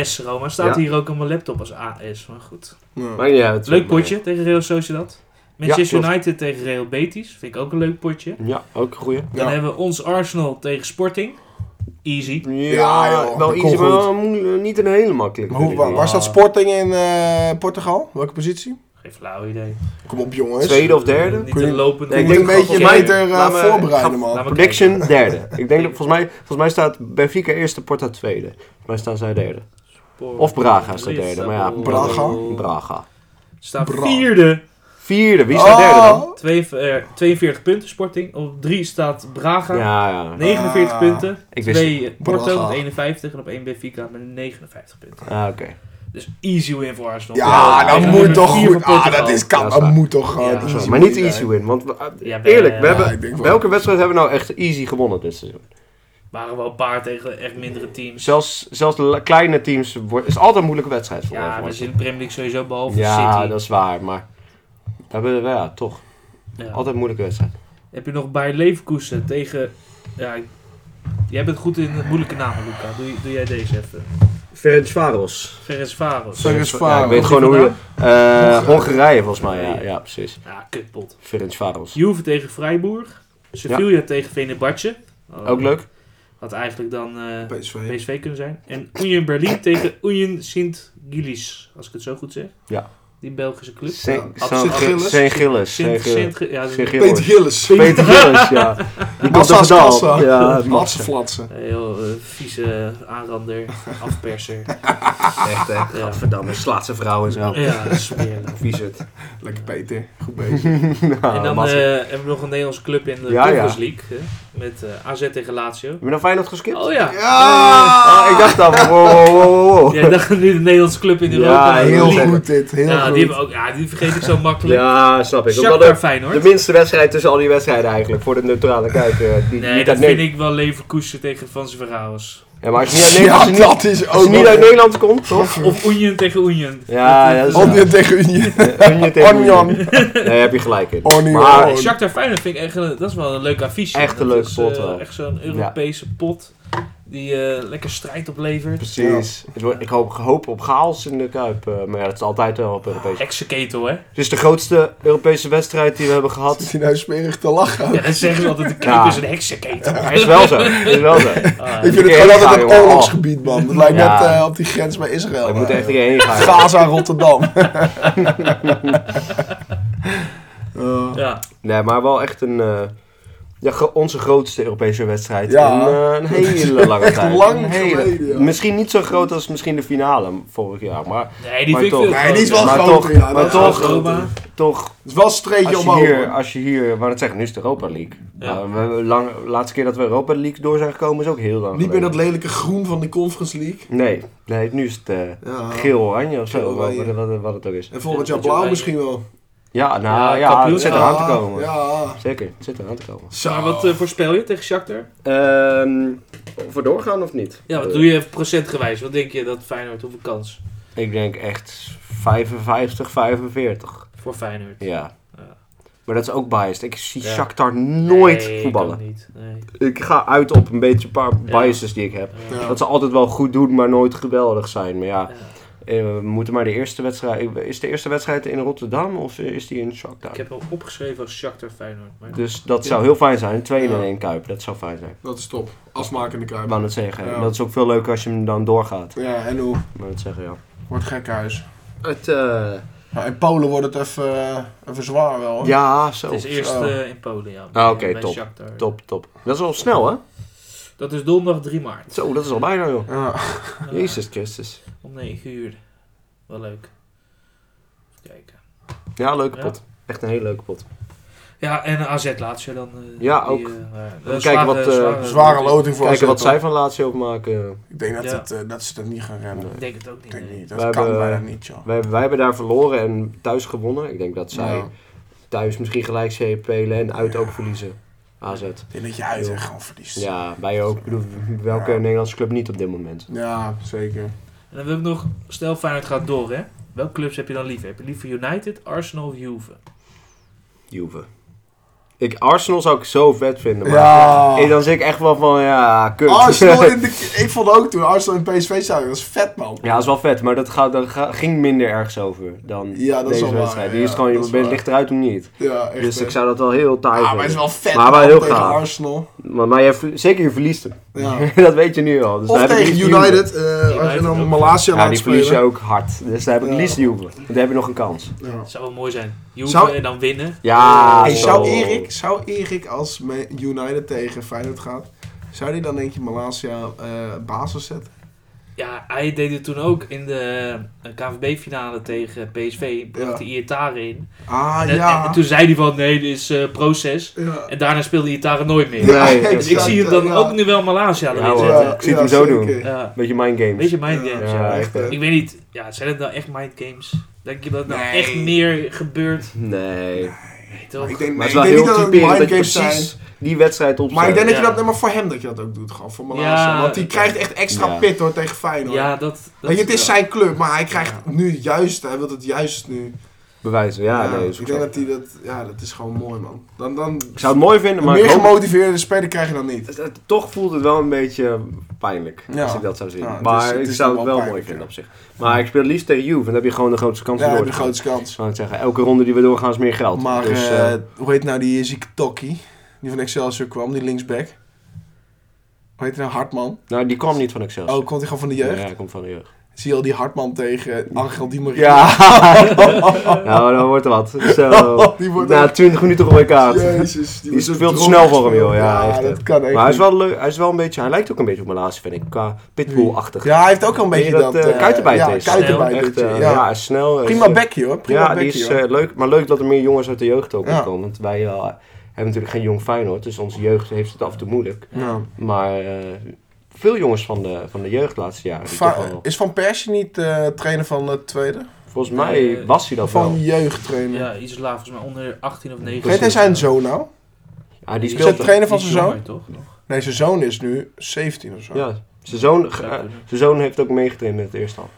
A: AS Roma. Staat
B: Ja.
A: hier ook op mijn laptop als AS. Maar goed.
C: Ja.
B: Maakt niet uit.
A: Leuk potje tegen Real Sociedad. Manchester
B: klopt.
A: United tegen Real Betis. Vind ik ook een leuk potje.
B: Ja, ook een goeie.
A: Dan
C: Ja.
A: hebben we ons Arsenal tegen Sporting. Easy.
C: Ja, joh,
B: wel
C: dat
B: iets,
C: komt
B: maar
C: goed.
B: wel mo- niet een hele makkelijke.
C: Maar hoe,
B: vind
C: waar,
B: ik.
C: waar staat Sporting in eh, Portugal? Welke positie?
A: Geen flauw idee.
C: Kom op jongens.
B: Tweede. of derde?
A: Niet
C: Kun je-
A: een lopende...
B: Nee,
C: Je
B: ik
C: moet
B: denk
C: een beetje
B: gewoon-
C: beter eh,
B: Laat me-
C: voorbereiden man.
A: Laat maar
B: Prediction
A: kijken.
B: derde. Ik denk dat volgens mij, volgens mij staat Benfica eerste, Porta tweede. Volgens mij staan zij derde. Of Braga is de derde, maar ja.
C: Braga.
B: Braga.
A: Staat
C: Bra-
A: vierde.
B: Vierde, wie
C: Oh!
B: staat derde dan?
A: Twee, eh, 42 punten Sporting. Op 3 staat
C: Oh!
A: Braga.
B: Ja, ja.
A: 49
C: Ah,
A: punten.
B: Ik wist het.
A: 2 Porto
C: Braga.
A: met 51. En op 1 Benfica met 59 punten.
B: Ah, oké.
A: Dus easy win voor Arsenal.
C: Ja,
A: En
C: dat
A: nummer
C: moet toch
A: vier van
C: goed. Ah,
A: Portugal.
C: dat is kan.
B: Ja,
C: Dat
B: zwaar.
C: moet toch gewoon
A: Ja,
C: easy
B: Maar niet
C: zijn.
B: easy win, want we- eh,
A: Ja,
B: eerlijk, we
A: ja,
C: ja, ik denk
B: hebben,
C: wel.
B: welke wedstrijd hebben we nou echt easy gewonnen dit seizoen?
A: Waren wel een paar tegen echt mindere teams.
B: Zelfs, zelfs de la- kleine teams wordt, is altijd een moeilijke wedstrijd voor
A: Ja,
B: ons.
A: dat is in de Premier League sowieso behalve
B: Ja,
A: City.
B: dat is waar, maar we hebben we, ja, toch.
A: Ja.
B: Altijd een moeilijke wedstrijd.
A: Heb je nog bij Leverkusen tegen... Ja, ik- jij bent goed in moeilijke namen, Luca. Doe, doe jij deze even.
B: Ferencvaros.
A: Ferencvaros.
C: Ferencvaros.
B: Ja, ik weet
A: Komt
B: gewoon
A: die
B: hoe je... eh,
C: Hongarije.
B: Hongarije volgens mij, ja,
A: Hongarije.
B: ja precies.
A: Ja, kutpot.
B: Ferencvaros.
A: Juve tegen Freiburg. Sevilla tegen Venebatje.
B: Ook leuk.
A: Had eigenlijk dan eh,
C: PSV.
A: PSV kunnen zijn. En Union Berlin tegen Union Sint-Gillis. Als ik het zo goed zeg.
B: Ja. Eh,
A: Die Belgische club.
B: Saint-
A: Had-
B: Saint-
A: had-
C: Gilles.
B: Saint Gilles. Saint
A: Sint,
B: Gilles.
A: Sint, ja, dat is-
B: Saint
C: Peter
B: Gilles.
C: Gillis.
B: Peter Gillis, ja. Die komt
C: Massa's
B: door Dal.
C: kassa.
B: Ja, het
C: Matse
B: Massa.
C: flatsen.
A: een heel eh, vieze aanrander, afperser.
B: Echt, hè. Gadverdamme, slaat zijn vrouw en zo.
A: Ja, smerig.
B: Vies het.
C: Lekker Peter. Goed bezig.
A: En dan eh,
B: Nou, Massa.
A: hebben we nog een Nederlandse club in de
B: Ah, Ja,
A: Conference
B: ja.
A: League. eh, met eh, AZ tegen Lazio.
B: Heb je nou Feyenoord geskipt?
A: Oh ja.
B: Ah, ik dacht al, wow, wow, wow, wow.
A: Jij dacht nu de Nederlandse club in
B: Ja,
A: Europa.
C: Heel
A: League.
C: goed dit. Heel
A: ja,
C: goed.
A: die, hebben ook, ja, die vergeet ik zo makkelijk.
B: Ja, snap ik. Omdat
A: Shakhtar
B: de, de
A: Feyenoord.
B: minste wedstrijd tussen al die wedstrijden eigenlijk. Voor de neutrale kijker. eh, Die,
A: nee,
B: niet
A: dat
B: uit
A: vind
B: Ne-
A: ik wel Leverkusen tegen Van Verhaals.
B: Ja, maar als je niet uit, Ne- als je
C: ja,
B: niet-
C: dat is
B: als je
C: ook
B: niet uit Nederland komt, toch?
C: Of
A: Of Union tegen Union.
B: Ja, ja, dat is-
C: Onion tegen Union.
B: Kun je tegen-
C: Onion.
B: Nee, heb je gelijk in.
C: Onion.
B: Maar-
A: Nee, Shakhtar Feyenoord vind ik echt een, dat is wel een leuk affiche.
B: Echt een
A: Dat
B: leuke
A: is,
B: pot
A: eh,
B: wel.
A: Echt zo'n Europese pot die eh, lekker strijd oplevert.
B: Precies. Het wordt- Ik hoop, hoop op chaos in de Kuip. eh, maar ja, dat is altijd wel op Europees.
A: Heksenketel, hè?
B: Het is de grootste Europese wedstrijd die we hebben gehad.
C: Zit hij nou smerig te lachen?
A: Ja, dat zeggen ze altijd, de club
B: Ja.
A: is een heksenketel.
B: Het is wel zo. Het is wel zo.
A: Ah,
C: Ik vind het
B: Ja,
C: gewoon altijd een
B: joh.
C: oorlogsgebied, man. Het lijkt
B: Ja.
C: net eh, op die grens bij Israël.
B: We
C: daar,
B: moeten echt
C: joh.
B: hierheen gaan.
C: Gaza, Rotterdam. Eh,
A: ja.
B: Nee, maar wel echt een... eh, ja, gro- onze grootste Europese wedstrijd
C: Ja.
B: in eh, een hele lange
C: Echt
B: tijd.
C: lang
B: Een hele-
C: geleden, ja.
B: Misschien niet zo groot als misschien de finale vorig jaar, maar
A: Nee, die
B: Maar
A: vind ik
B: toch.
A: veel
C: Nee, die is wel
B: Maar
C: groot.
B: toch-
C: ja,
B: maar
C: dat is wel
B: toch-
C: groter.
A: Roma.
B: toch,
C: Het is wel een streepje
B: als je
C: omhoog.
B: hier,
C: hoor.
B: als je hier, waar het zeggen, nu is het Europa League.
A: Ja.
B: Nou, we hebben lang, de laatste keer dat we Europa League door zijn gekomen is ook heel lang
C: Niet meer
B: geleden.
C: dat lelijke groen van de Conference League.
B: Nee, nee, nu is het eh,
C: Ja.
B: geel-oranje of zo, wat,
C: Geel-oranje.
B: wat- wat- wat het ook is.
C: En volgend jaar
A: Ja, dat je
C: blauw
A: bij-
C: misschien wel.
B: Ja,
A: Ja,
B: nou ja,
A: kampioen.
B: het zit
A: Ja.
B: eraan te komen.
C: Ja.
B: Zeker, het zit eraan te komen.
C: Zo.
A: Maar wat eh, voorspel je tegen Shakhtar?
B: Ehm of we doorgaan of niet?
A: Ja, wat doe je even procentgewijs? Wat denk je dat Feyenoord, hoeveel kans
B: Ik denk echt 55, 45.
A: voor Feyenoord?
B: Ja.
A: Ja.
B: Maar dat is ook biased. Ik zie
A: Ja.
B: Shakhtar nooit
A: Nee, ik
B: voetballen.
A: ook niet. Nee.
B: Ik ga uit op een beetje een paar
A: Ja.
B: biases die ik heb.
A: Ja.
C: Ja.
B: Oh. Dat ze altijd wel goed doen, maar nooit geweldig zijn. Maar ja,
A: Ja.
B: eh, we moeten maar de eerste wedstrijd... Is de eerste wedstrijd in Rotterdam of eh, is die in Shakhtar?
A: Ik heb hem opgeschreven als Shakhtar Feyenoord. Maar...
B: Dus dat zou heel fijn zijn. 2 in
C: Ja.
B: 1 Kuip, dat zou fijn zijn.
C: Dat is top. Afmaken in de
B: Ik
C: Kuip.
B: wou het zeggen.
C: Ja.
B: Dat is ook veel leuker als je hem dan doorgaat.
C: Ja, en hoe?
B: Ik wou het zeggen, ja.
C: Wordt gek huis.
B: Het,
A: eh,
C: Nou, in Polen wordt het even, eh, even zwaar wel. hoor.
B: Oh. Ja, zo.
A: Het is eerst
C: Oh, zo.
A: eh, in Polen, ja.
B: Ah, oké,
A: Bij
B: top.
A: Shakhtar.
B: Top, top. Dat is wel snel, hè?
A: Dat is donderdag 3 maart.
B: Zo, dat is al bijna joh.
C: Ja.
A: Ja,
B: Jezus Christus.
A: Om 9 uur. Wel leuk. Even kijken.
B: Ja, leuke
A: Ja.
B: pot. Echt een hele leuke pot.
A: Ja, en eh, AZ laatst dan. eh,
B: Ja, ook.
A: eh, nou ja,
B: kijken
A: zware-
B: wat, eh,
C: Zware loting voor
B: Kijken
C: AZ,
B: wat
C: hoor.
B: zij van Lazio maken.
C: Ik denk dat,
A: Ja.
C: het, eh, dat ze dat niet gaan redden.
A: Ik denk het ook
C: Ik
A: niet.
C: denk
A: nee.
C: niet. Dat
B: Wij
C: kan
B: hebben-
C: bijna niet, joh.
B: Wij, wij hebben daar verloren en thuis gewonnen. Ik denk dat zij
C: Ja.
B: thuis misschien gelijk spelen en uit
C: Ja.
B: ook verliezen. AZ.
C: Ik denk dat je uit
B: Joh.
C: echt gewoon verliest.
B: Ja, wij ook. Ik bedoel, welke
C: Ja.
B: Nederlandse club niet op dit moment?
C: Ja, zeker.
A: En dan wil ik nog, stel Feyenoord gaat door, hè? Welke clubs heb je dan liever? Heb je liever United, Arsenal of Juve?
B: Juve. Ik, Arsenal zou ik zo vet vinden. Maar
C: Ja.
B: Hey, dan zit ik echt wel van, ja, kut.
C: Arsenal in de... Ik vond ook toen Arsenal in PSV zaten, dat is vet, man.
B: Ja, dat is wel vet, maar dat, gaat, dat ga- ging minder ergens over dan
C: Ja, dat is
B: deze
C: wel waar,
B: wedstrijd. Die
C: ja,
B: is gewoon,
C: dat
B: je
C: is
B: bent
C: waar.
B: lichter uit of niet.
C: Ja, echt.
B: Dus
C: hè.
B: ik zou dat wel heel taai
C: Ah, maar
B: vinden.
C: het is wel vet.
B: Maar wel
C: man,
B: heel
C: tegen
B: gaaf.
C: Arsenal.
B: Maar, maar je, ver- zeker je verliest hem.
C: Ja.
B: dat weet je nu al. Dus daar
C: of
B: heb ik
C: tegen
B: liefst Juve.
C: United, eh als je
A: United
C: dan
A: ook.
C: Malaysia
B: Ja,
C: laat
B: die verlies je
C: spelen.
B: ook hard. Dus daar heb ik
C: Ja.
B: liefst Juve. Want daar heb je nog een kans.
C: Ja.
A: Dat zou wel mooi zijn. Juve
C: Zou-
A: en dan winnen.
B: Ja,
C: Hey, zou,
B: zo.
C: Erik, zou Erik, als Man- United tegen Feyenoord gaat, zou die dan denk je Malaysia eh, basis zetten?
A: Ja, hij deed het toen ook in de eh, KVB-finale tegen PSV. Bracht hij Iatare in.
C: Ah,
A: en,
C: ja.
A: en toen zei hij van nee, dit is eh, proces.
C: ja.
A: En daarna speelde Iatare nooit meer.
B: Ja,
C: Nee,
A: dus ik zie hem dan ook nu wel Malaysia
B: Ja,
A: erin
B: hoor.
A: zetten.
B: Ik zie het hem zo doen.
C: zeker.
A: Ja.
B: Beetje mindgames.
A: Weet je, mind
C: Ja.
A: games.
B: Ja,
C: Ja,
B: echt,
C: echt,
B: hè.
C: hè.
A: Ik weet niet, ja, zijn het nou echt mind games? Denk je dat nou
C: Nee.
A: echt meer gebeurt?
B: Nee. Maar
A: Nee,
C: Maar
A: toch?
C: ik denk,
B: het is
C: ik
B: wel
C: denk niet dat
B: heel
C: het
B: typerend dat je
C: mindgames
B: precies
C: zijn.
B: die wedstrijd opzet.
C: Maar ik denk dat je
A: Ja.
C: dat, nee, maar voor hem dat je dat ook doet, gewoon voor Malaysia.
A: Ja.
C: Want die krijgt echt extra
B: Ja.
C: pit hoor tegen Feyenoord.
A: Ja, dat... dat
C: Weet je, het is
A: wel-
C: zijn club, maar hij krijgt nu juist, hij wil het juist nu.
B: Bewijzen, ja. nee, is
C: ik
B: ook
C: denk
B: zo.
C: dat hij dat, ja, dat is gewoon mooi man. Dan, dan,
B: Ik zou het mooi vinden,
C: een
B: maar
C: meer
B: ik hoop-
C: gemotiveerde speler krijg je dan niet.
B: Het- het- toch voelt het wel een beetje pijnlijk
C: Ja.
B: als ik dat zou zien.
C: Ja, het is-
B: maar
C: het
B: ik
C: is
B: zou
C: nog
B: het
C: wel
B: wel mooi
C: pijnlijk,
B: vinden
C: ja.
B: op zich. Maar ik speel het liefst tegen Juve en dan heb je gewoon de grootste kans
C: Ja,
B: om
C: hij
B: door
C: heeft
B: te
C: de
B: gaan.
C: grootste kans.
B: Zou ik zeggen, elke ronde die we doorgaan is meer geld.
C: Maar
B: dus,
C: eh,
B: eh,
C: hoe heet nou die zieke Tokkie? Die van Excelsior kwam, die linksback. Hoe heet hij nou? Hartman.
B: nou, die kwam niet van Excelsior.
C: Oh, komt hij gewoon van de jeugd?
B: Ja, hij komt van de jeugd.
C: Zie je al die Hartman tegen eh, Angel Di Maria?
B: Ja, nou, dan wordt er wat. Zo.
C: Die wordt
B: Na
C: echt-
B: 20 minuten rode kaart.
C: Jezus,
B: Die
C: wordt
B: speelt
C: zo
B: te snel voor hem,
C: dronken
B: joh. Ja, echt,
C: dat
B: hè.
C: kan echt
B: Maar hij is
C: niet.
B: wel leuk, hij is wel een beetje, hij lijkt ook een beetje op mijn laatste, vind ik, qua pitbull-achtig.
C: Ja, hij heeft ook al een
B: Weet
C: beetje
B: je
C: dat...
B: eh,
C: eh,
B: kuitenbijt
C: ja,
B: is.
C: kuitenbijt,
B: Echt,
C: beetje,
B: eh,
C: ja.
B: ja. hij is snel. hij is,
C: Prima
B: eh,
C: bekje, hoor. Prima
B: ja,
C: bekje,
B: die is
C: hoor.
B: eh, leuk. Maar leuk dat er meer jongens uit de jeugd ook
C: Ja.
B: komen. Want wij eh, hebben natuurlijk geen jong Feyenoord. Dus onze jeugd heeft het af en toe moeilijk.
C: Ja.
B: Maar eh, veel jongens van de, van de jeugd de laatste jaren. die
C: Va-
B: toch wel-
C: is Van Persie niet eh, trainer van het tweede?
B: volgens mij
A: Eh,
B: was hij dat
C: van
B: wel.
C: jeugdtrainer.
A: Ja, iets laag, volgens mij onder 18 of 19.
C: Heet hij zijn zoon nou?
B: Ja, Ah, die
C: Is
B: speelt
C: het trainer van
A: Die
C: zijn
A: is
C: zoon?
A: jonger, toch? Nog.
C: Nee, zijn zoon is nu 17 of zo.
B: Ja, zijn zoon, ge-
A: Zou
B: eh,
A: kunnen.
B: zijn zoon heeft ook meegetraind met het eerste al.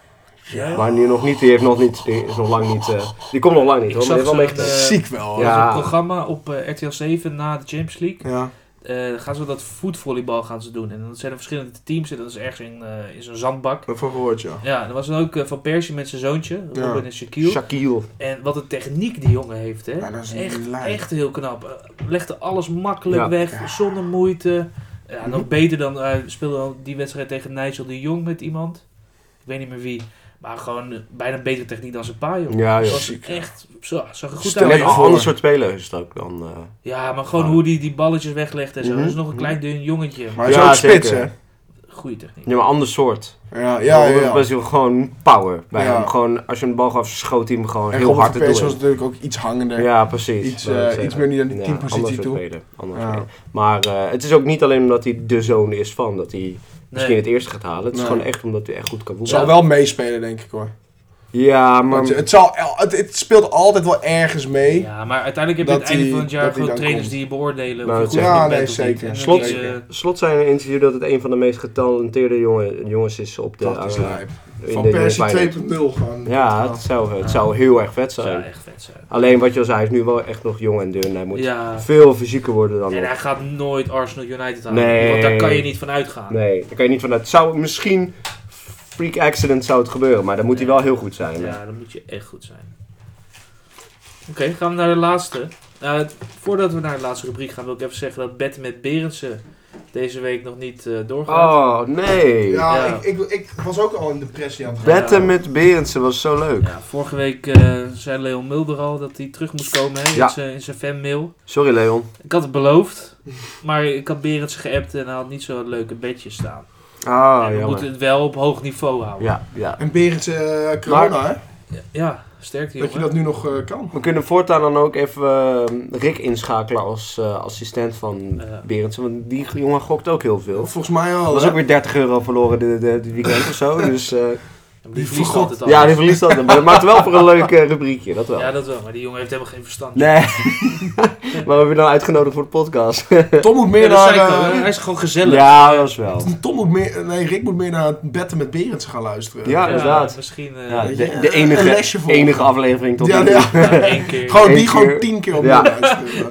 A: Ja.
B: Maar nu nog niet. Die heeft nog niet. Die is nog lang niet. eh, die komt nog lang niet.
A: Ik
B: Hoor, maar
A: zag
B: die heeft
A: zo'n,
B: wel meegetraind.
A: eh,
C: Ziek wel.
B: Ja.
C: Ja.
A: Er was een programma op eh, RTL 7 na de Champions League.
C: ja.
A: Eh, dan gaan ze dat voetvolleybal gaan ze doen. En dan zijn er verschillende teams. En dat is ergens in, eh, in zo'n zandbak.
C: Daarvan gehoord, ja.
A: Ja, er was dan ook eh, Van Persie met zijn zoontje. Robin
C: Ja.
A: en eh, Shaquille.
B: Shaquille.
A: en wat een techniek die jongen heeft, hè.
C: Ja, dat is
A: echt,
C: lijp.
A: echt heel knap. Eh, legde alles makkelijk
B: Ja.
A: weg,
C: Ja.
A: zonder moeite. Ja, Nog
C: Mhm.
A: beter dan, eh speelde al die wedstrijd tegen Nigel de Jong met iemand. Ik weet niet meer wie. Maar gewoon eh, bijna betere techniek dan zijn pa, joh.
B: Ja,
A: Dat
B: joh.
A: was
C: Ziek, ja.
A: echt, zo, zag er goed
C: Stel
B: En
A: uit.
B: een
C: je voor.
B: ander soort speler is het ook dan. eh,
A: Ja, maar gewoon hoe die die balletjes weglegt en zo.
B: Mhm.
A: Dat is nog een klein dun jongetje.
C: Maar hij is
B: Ja,
C: ook spits,
B: zeker.
C: hè?
A: Goeie techniek.
B: ja, maar ander soort.
C: Ja, ja, ja.
B: Robert
C: ja.
B: was heel gewoon power bij
C: Ja.
B: hem. Gewoon, als je een bal gaf, schoot hij hem gewoon
C: En
B: heel
C: Robert
B: hard
C: van
B: het
C: Persie
B: doel
C: was
B: in.
C: natuurlijk ook iets hangender.
B: Ja, precies.
C: iets,
B: Dat wil ik
C: eh,
B: zeggen.
C: iets meer niet aan die
B: Ja, ander
C: teampositie
B: soort
C: toe.
B: speler, ander
C: Ja.
B: speler. Maar eh, het is ook niet alleen omdat hij de zoon is van, dat hij misschien het eerste gaat halen. Het is
C: Nee.
B: gewoon echt omdat hij echt goed kan
C: Het
B: voetballen.
C: zal wel meespelen, denk ik, hoor.
B: Ja, maar...
C: Want het, zal, het, het speelt altijd wel ergens mee.
A: Ja, maar uiteindelijk heb je aan het
C: Dat
A: einde
C: die-
A: van het jaar
C: dat die
A: gewoon
C: dan
A: trainers
C: komt.
A: die je beoordelen.
B: Nou,
A: of
B: dat
A: je goed
C: zeg
A: genoeg bent of
C: ik. Ja, nee,
A: niet.
C: zeker.
A: En dan
B: Slot-
A: is, eh,
B: Slot zei in een interview dat het een van de meest getalenteerde jongen, jongens is op de...
C: Dat is
B: eh,
C: lijp.
B: in
C: Van
B: de
C: Persie
B: Feyenoord.
C: 2.0 gewoon.
B: Ja, het zou, het zou heel erg vet zijn.
A: zou echt vet zijn.
B: Alleen wat je al zei, hij is nu wel echt nog jong en dun. Hij moet
A: Ja.
B: veel fysieker worden dan
A: En
B: nog.
A: hij gaat nooit Arsenal United halen.
B: Nee.
A: Want daar kan je niet van uitgaan.
B: Nee, daar kan je niet vanuit. Het zou misschien freak accident zou het gebeuren, maar dan moet hij wel heel goed zijn.
A: Ja, dan moet je echt goed zijn. Oké, gaan we naar de laatste. Eh, voordat we naar de laatste rubriek gaan, wil ik even zeggen dat Betten met Berendsen deze week nog niet eh, doorgaat.
B: Oh, nee.
C: Ja,
A: Ja.
C: Ik, ik, ik was ook al in depressie aan het gaan.
B: Betten met Berendsen was zo leuk.
A: Ja, vorige week eh, zei Leon Mulder al dat hij terug moest komen hè,
B: Ja.
A: in zijn- in zijn fanmail.
B: Sorry, Leon.
A: Ik had het beloofd, maar ik had Berends geappt en hij had niet zo'n leuke bedje staan.
B: Ah,
A: en we moeten
B: jammer.
A: het wel op hoog niveau houden.
B: Ja, ja.
C: En Berends eh, corona, hè?
A: Ja, ja sterkte
C: Dat je
A: jongen.
C: dat nu nog eh, kan.
B: We kunnen voortaan dan ook even eh, Rick inschakelen als eh, assistent van
A: Ja.
B: Berendsen. Want die jongen gokt ook heel veel.
C: Volgens mij
B: Er
C: al.
B: was
C: hè?
B: ook weer 30 euro verloren dit de, weekend of zo. Dus, eh,
A: Ja, maar
C: Die
A: die verliest
C: vergot.
A: altijd
B: ja, die
A: alles.
B: verliest altijd. Maar dat maakt wel voor een leuk eh, rubriekje, dat wel.
A: Ja, dat wel, maar die jongen heeft helemaal geen verstand.
B: Nee. maar we hebben nou uitgenodigd voor de podcast.
C: Tom moet meer
A: Ja, dat
C: naar...
A: zei ik al,
C: eh,
A: hij is gewoon gezellig.
B: Ja, dat was wel.
C: Tom moet meer... Nee, Rick moet meer naar Betten met Berends gaan luisteren.
B: Ja, inderdaad.
A: Misschien eh,
B: Ja, de,
C: weet je,
B: de
C: een lesje
B: enige,
C: volgen.
B: enige aflevering tot
C: Ja,
B: nu
C: nee,
B: toe.
C: ja.
A: na één keer
C: Gewoon die
B: Eén
C: gewoon
B: keer.
C: tien keer op
B: Ja.
C: luisteren.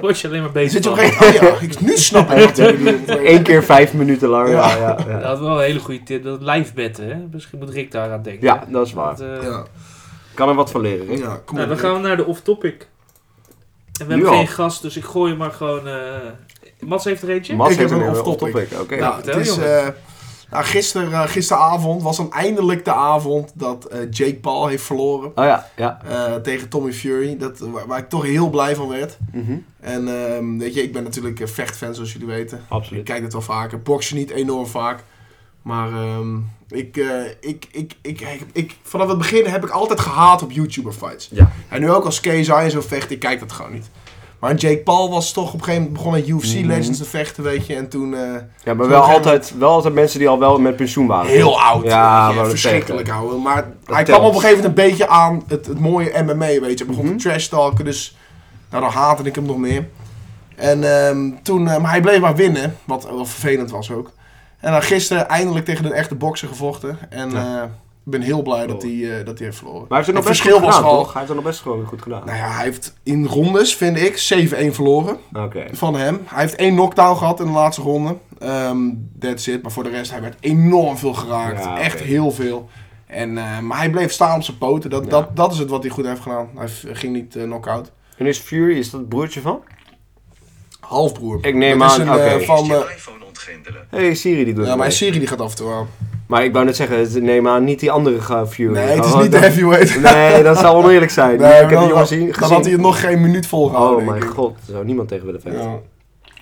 A: word je alleen maar beter
C: Zit je op
A: van.
C: een gegeven moment... Oh ja, ik- nu snap ik wat hij bedoelt.
B: Eén keer vijf minuten lang. Ja, ja,
A: Dat
B: ja.
A: had wel een hele goede tip, dat live betten. Hè? Misschien moet Rick daar aan denken.
B: Ja, dat is waar.
A: Want, eh,
C: Ja,
B: Kan er wat van leren, Rick.
C: ja, kom
A: nou,
C: op.
A: dan gaan we naar de off-topic. En we
B: Nu
A: hebben
B: al?
A: geen gast, dus ik gooi hem maar gewoon... eh Mats heeft er eentje?
B: Mats
C: Ik
B: heeft
C: heb
B: een
C: een
B: off-topic.
C: off-topic.
B: Oké.
C: Ja,
A: vertel,
C: Nou, het is,
A: jongens.
C: eh, nou, gister, eh, gisteravond was dan eindelijk de avond dat eh, Jake Paul heeft verloren
B: Oh ja, ja.
C: eh, tegen Tommy Fury. Dat, waar, waar ik toch heel blij van werd.
B: Mhm.
C: En ehm, weet je, ik ben natuurlijk een vechtfan zoals jullie weten. Ik
B: Absoluut.
C: kijk het wel vaker. Boksen niet enorm vaak. Maar ehm, ik, eh, ik, ik, ik, ik, ik- vanaf het begin heb ik altijd gehaat op YouTuber fights.
B: Ja.
C: En nu ook als KSI en zo vecht, ik kijk dat gewoon niet. Maar Jake Paul was toch op een gegeven moment begonnen UFC
B: Mhm.
C: Legends te vechten, weet je. En toen... eh,
B: Ja, maar
C: Zo
B: wel
C: gaan we-
B: altijd, wel altijd mensen die al wel met pensioen waren.
C: Heel oud.
B: Ja,
C: weet
B: maar
C: je,
B: dat
C: verschrikkelijk
B: zeker.
C: oud. Maar
B: Dat
C: hij
B: telt.
C: kwam op een gegeven moment een beetje aan het, het mooie MMA, weet je. Hij begon
B: Mhm.
C: te trash talken, dus nou, dan haatte ik hem nog meer. En ehm, toen, eh, maar hij bleef maar winnen, wat wel vervelend was ook. En dan gisteren eindelijk tegen een echte bokser gevochten. En
B: Ja.
C: eh, ik ben heel blij dat hij, eh, dat hij heeft verloren.
B: Maar hij heeft het nog
C: Het
B: best
C: verschil
B: goed
C: was
B: gedaan,
C: wel-
B: toch? Hij heeft het nog best gewoon goed gedaan.
C: Nou ja, hij heeft in rondes, vind ik, 7-1 verloren
B: Oké.
C: van hem. Hij heeft één knockdown gehad in de laatste ronde. Ehm that's it. Maar voor de rest, hij werd enorm veel geraakt.
B: Ja,
C: Echt
B: oké.
C: heel veel. En, eh, maar hij bleef staan op zijn poten. Dat,
B: Ja.
C: dat, dat is het wat hij goed heeft gedaan. Hij v- ging niet eh, knock-out.
B: En is Fury, is dat het broertje van?
C: Halfbroer.
B: Ik neem
C: dat
B: aan,
C: is een, eh,
B: oké.
C: van... eh,
D: je iPhone ontgrendelen.
B: Hé, hey, Siri die doet
C: ja,
B: het
C: maar
B: mee.
C: Siri die gaat af en toe aan.
B: Maar ik wou net zeggen, het- neem aan, niet die andere ga- Fury.
C: Nee, het is
B: Gewoon
C: niet de
B: Oh, dat-
C: heavyweight.
B: Nee, dat zou oneerlijk zijn.
C: Nee,
B: Nee, ik
C: maar
B: heb die
C: dan,
B: jongen zien.
C: dan had hij
B: gezien.
C: het nog geen minuut volgehouden.
B: Oh mijn
C: denk ik.
B: god, daar zou niemand tegen willen vechten.
C: Ja.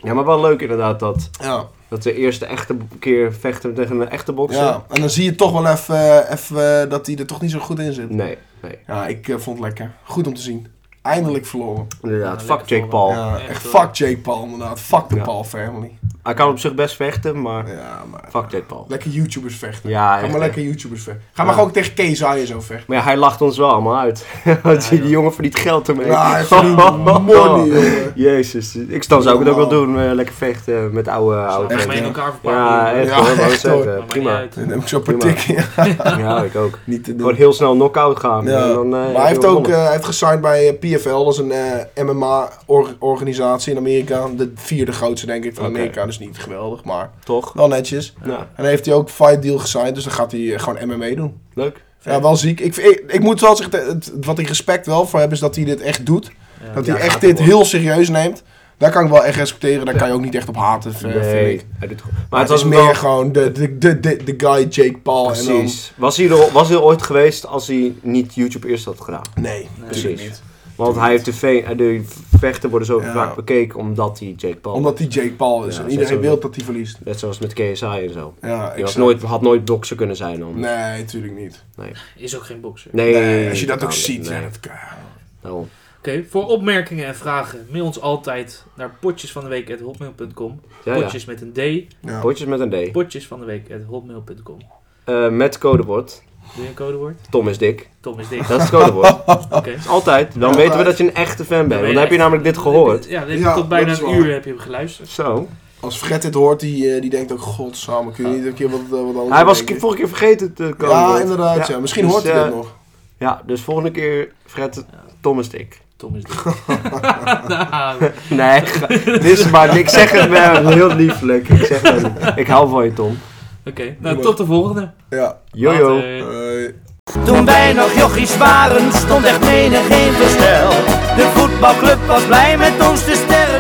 B: Ja, maar wel leuk inderdaad dat,
C: Ja.
B: dat de eerste echte keer vechten tegen een echte bokser.
C: ja, en dan zie je toch wel even eh, even, eh, dat hij er toch niet zo goed in zit.
B: Nee, nee.
C: Ja, ik eh, vond het lekker. Goed om te zien. Eindelijk verloren.
B: Inderdaad,
A: Ja,
B: fuck
A: lekker
B: Jake Paul.
C: Ja,
A: echt
C: echt
A: wel.
C: fuck Jake Paul inderdaad. Fuck de
B: Ja.
C: Paul family.
B: Hij kan op zich best vechten, maar
C: Ja, maar...
B: fuck Jake Paul.
C: Lekker YouTubers vechten.
B: Ja,
C: Ga
B: echt,
C: maar
B: hè.
C: lekker YouTubers vechten. Ga
B: Ja.
C: maar gewoon tegen KSI en zo vechten.
B: Maar ja, hij lacht ons wel allemaal uit. Want die jongen verdient geld ermee.
C: Ja, hij verdient money, jongen.
B: Jezus, ik snap, zou ik het ook wel doen. eh, lekker vechten met oude...
A: Slaat
B: oude
C: echt,
A: hem in
C: ja.
A: elkaar verpakken.
B: ja, echt
C: Ja,
B: hoor, wou ik
C: echt,
B: zeggen.
C: hoor.
A: Maakt niet
B: Prima.
A: uit.
C: Dan heb ik zo'n paar
B: Prima.
C: tikken. ja,
B: Ja, ik ook.
C: Niet te
B: Gewoon
C: doen.
B: heel snel knock-out gaan.
C: Ja.
B: En dan, eh,
C: Maar hij heeft
B: heel
C: ook
B: gewonnen.
C: eh, hij heeft gesigned bij eh, PFL. Dat is een eh, MMA-organisatie in Amerika. De vierde grootste, denk ik, van
B: Oké.
C: Amerika. Dus niet geweldig, maar
B: Toch?
C: wel netjes.
B: Ja,
C: En dan heeft hij ook fight deal gesigned. Dus dan gaat hij eh, gewoon MMA doen.
B: leuk.
C: Ja, wel ziek. Ik, ik, ik moet wel zeggen, het- het- wat ik respect wel voor heb, is dat hij dit echt doet.
A: Ja.
C: Dat
B: Ja,
C: hij
B: gaat
C: echt
B: hij
C: dit
B: voor.
C: heel serieus neemt. Daar kan ik wel echt respecteren. Daar kan je ook niet echt op haten, eh, vind ik.
B: Nee, hij doet het goed. Maar,
C: Maar het was meer gewoon de, de, de, de, de guy Jake Paul.
B: Precies. Was hij, er, was hij er ooit geweest als hij niet YouTube eerst had gedaan?
C: En dan, nee,
A: Nee,
C: precies.
B: precies. Want hij heeft de, ve- eh, de vechten worden zo
C: Ja.
B: vaak bekeken omdat hij Jake Paul...
C: Omdat hij Jake Paul is.
B: Ja,
C: en
B: dat
C: iedereen
B: is
C: wil
B: ook-
C: dat hij verliest.
B: Net zoals met KSI en zo.
C: Ja,
B: Hij
C: ik
B: had
C: snap-
B: nooit, had nooit bokser kunnen zijn dan.
C: Nee, natuurlijk niet.
A: Is ook geen bokser.
B: Nee,
C: Nee, als je dat ook
B: nou,
C: ziet.
B: nee.
C: ja, dat kan-
B: Daarom.
A: Oké, voor opmerkingen en vragen mail ons altijd naar potjesvandeweek.hotmail.com.
B: Ja, ja.
A: Potjes met een D.
C: Ja.
B: Potjes met een D.
A: Potjesvandeweek.hotmail.com.
B: Eh, met codewoord.
A: Doe je een codewoord?
B: Tom is dik.
A: Tom is dik.
B: Dat is het codewoord.
A: Oké.
B: Altijd. Dan
C: Altijd.
B: weten we dat je een echte fan
A: ben
B: bent.
A: je
B: Want dan heb je
A: echt-
B: namelijk dit gehoord.
A: Ja, dit-
C: Ja,
A: tot bijna
C: dat is
A: een
C: waar.
A: uur heb je hem geluisterd.
B: Zo.
C: Als Fred dit hoort, die, eh, die denkt ook... Godsamme, kun je niet een keer wat, eh, wat anders
B: Hij was
C: bedenken?"
B: vorige keer vergeten te komen.
C: Ja, inderdaad. Ja. Misschien
B: Dus,
C: hoort hij
B: eh,
C: dit nog.
B: Ja, dus volgende keer Fred, Tom is dik.
A: Tom is dik. Nou,
B: Nee, ga- dit is maar, ik zeg het wel heel lieflijk. Ik zeg het, ik hou van je Tom.
A: Oké, nou tot de volgende.
C: Ja.
B: Jojo.
A: Later.
C: eh,
E: Toen wij nog jochies waren, stond echt menig in verstel. De voetbalclub was blij met ons, de sterren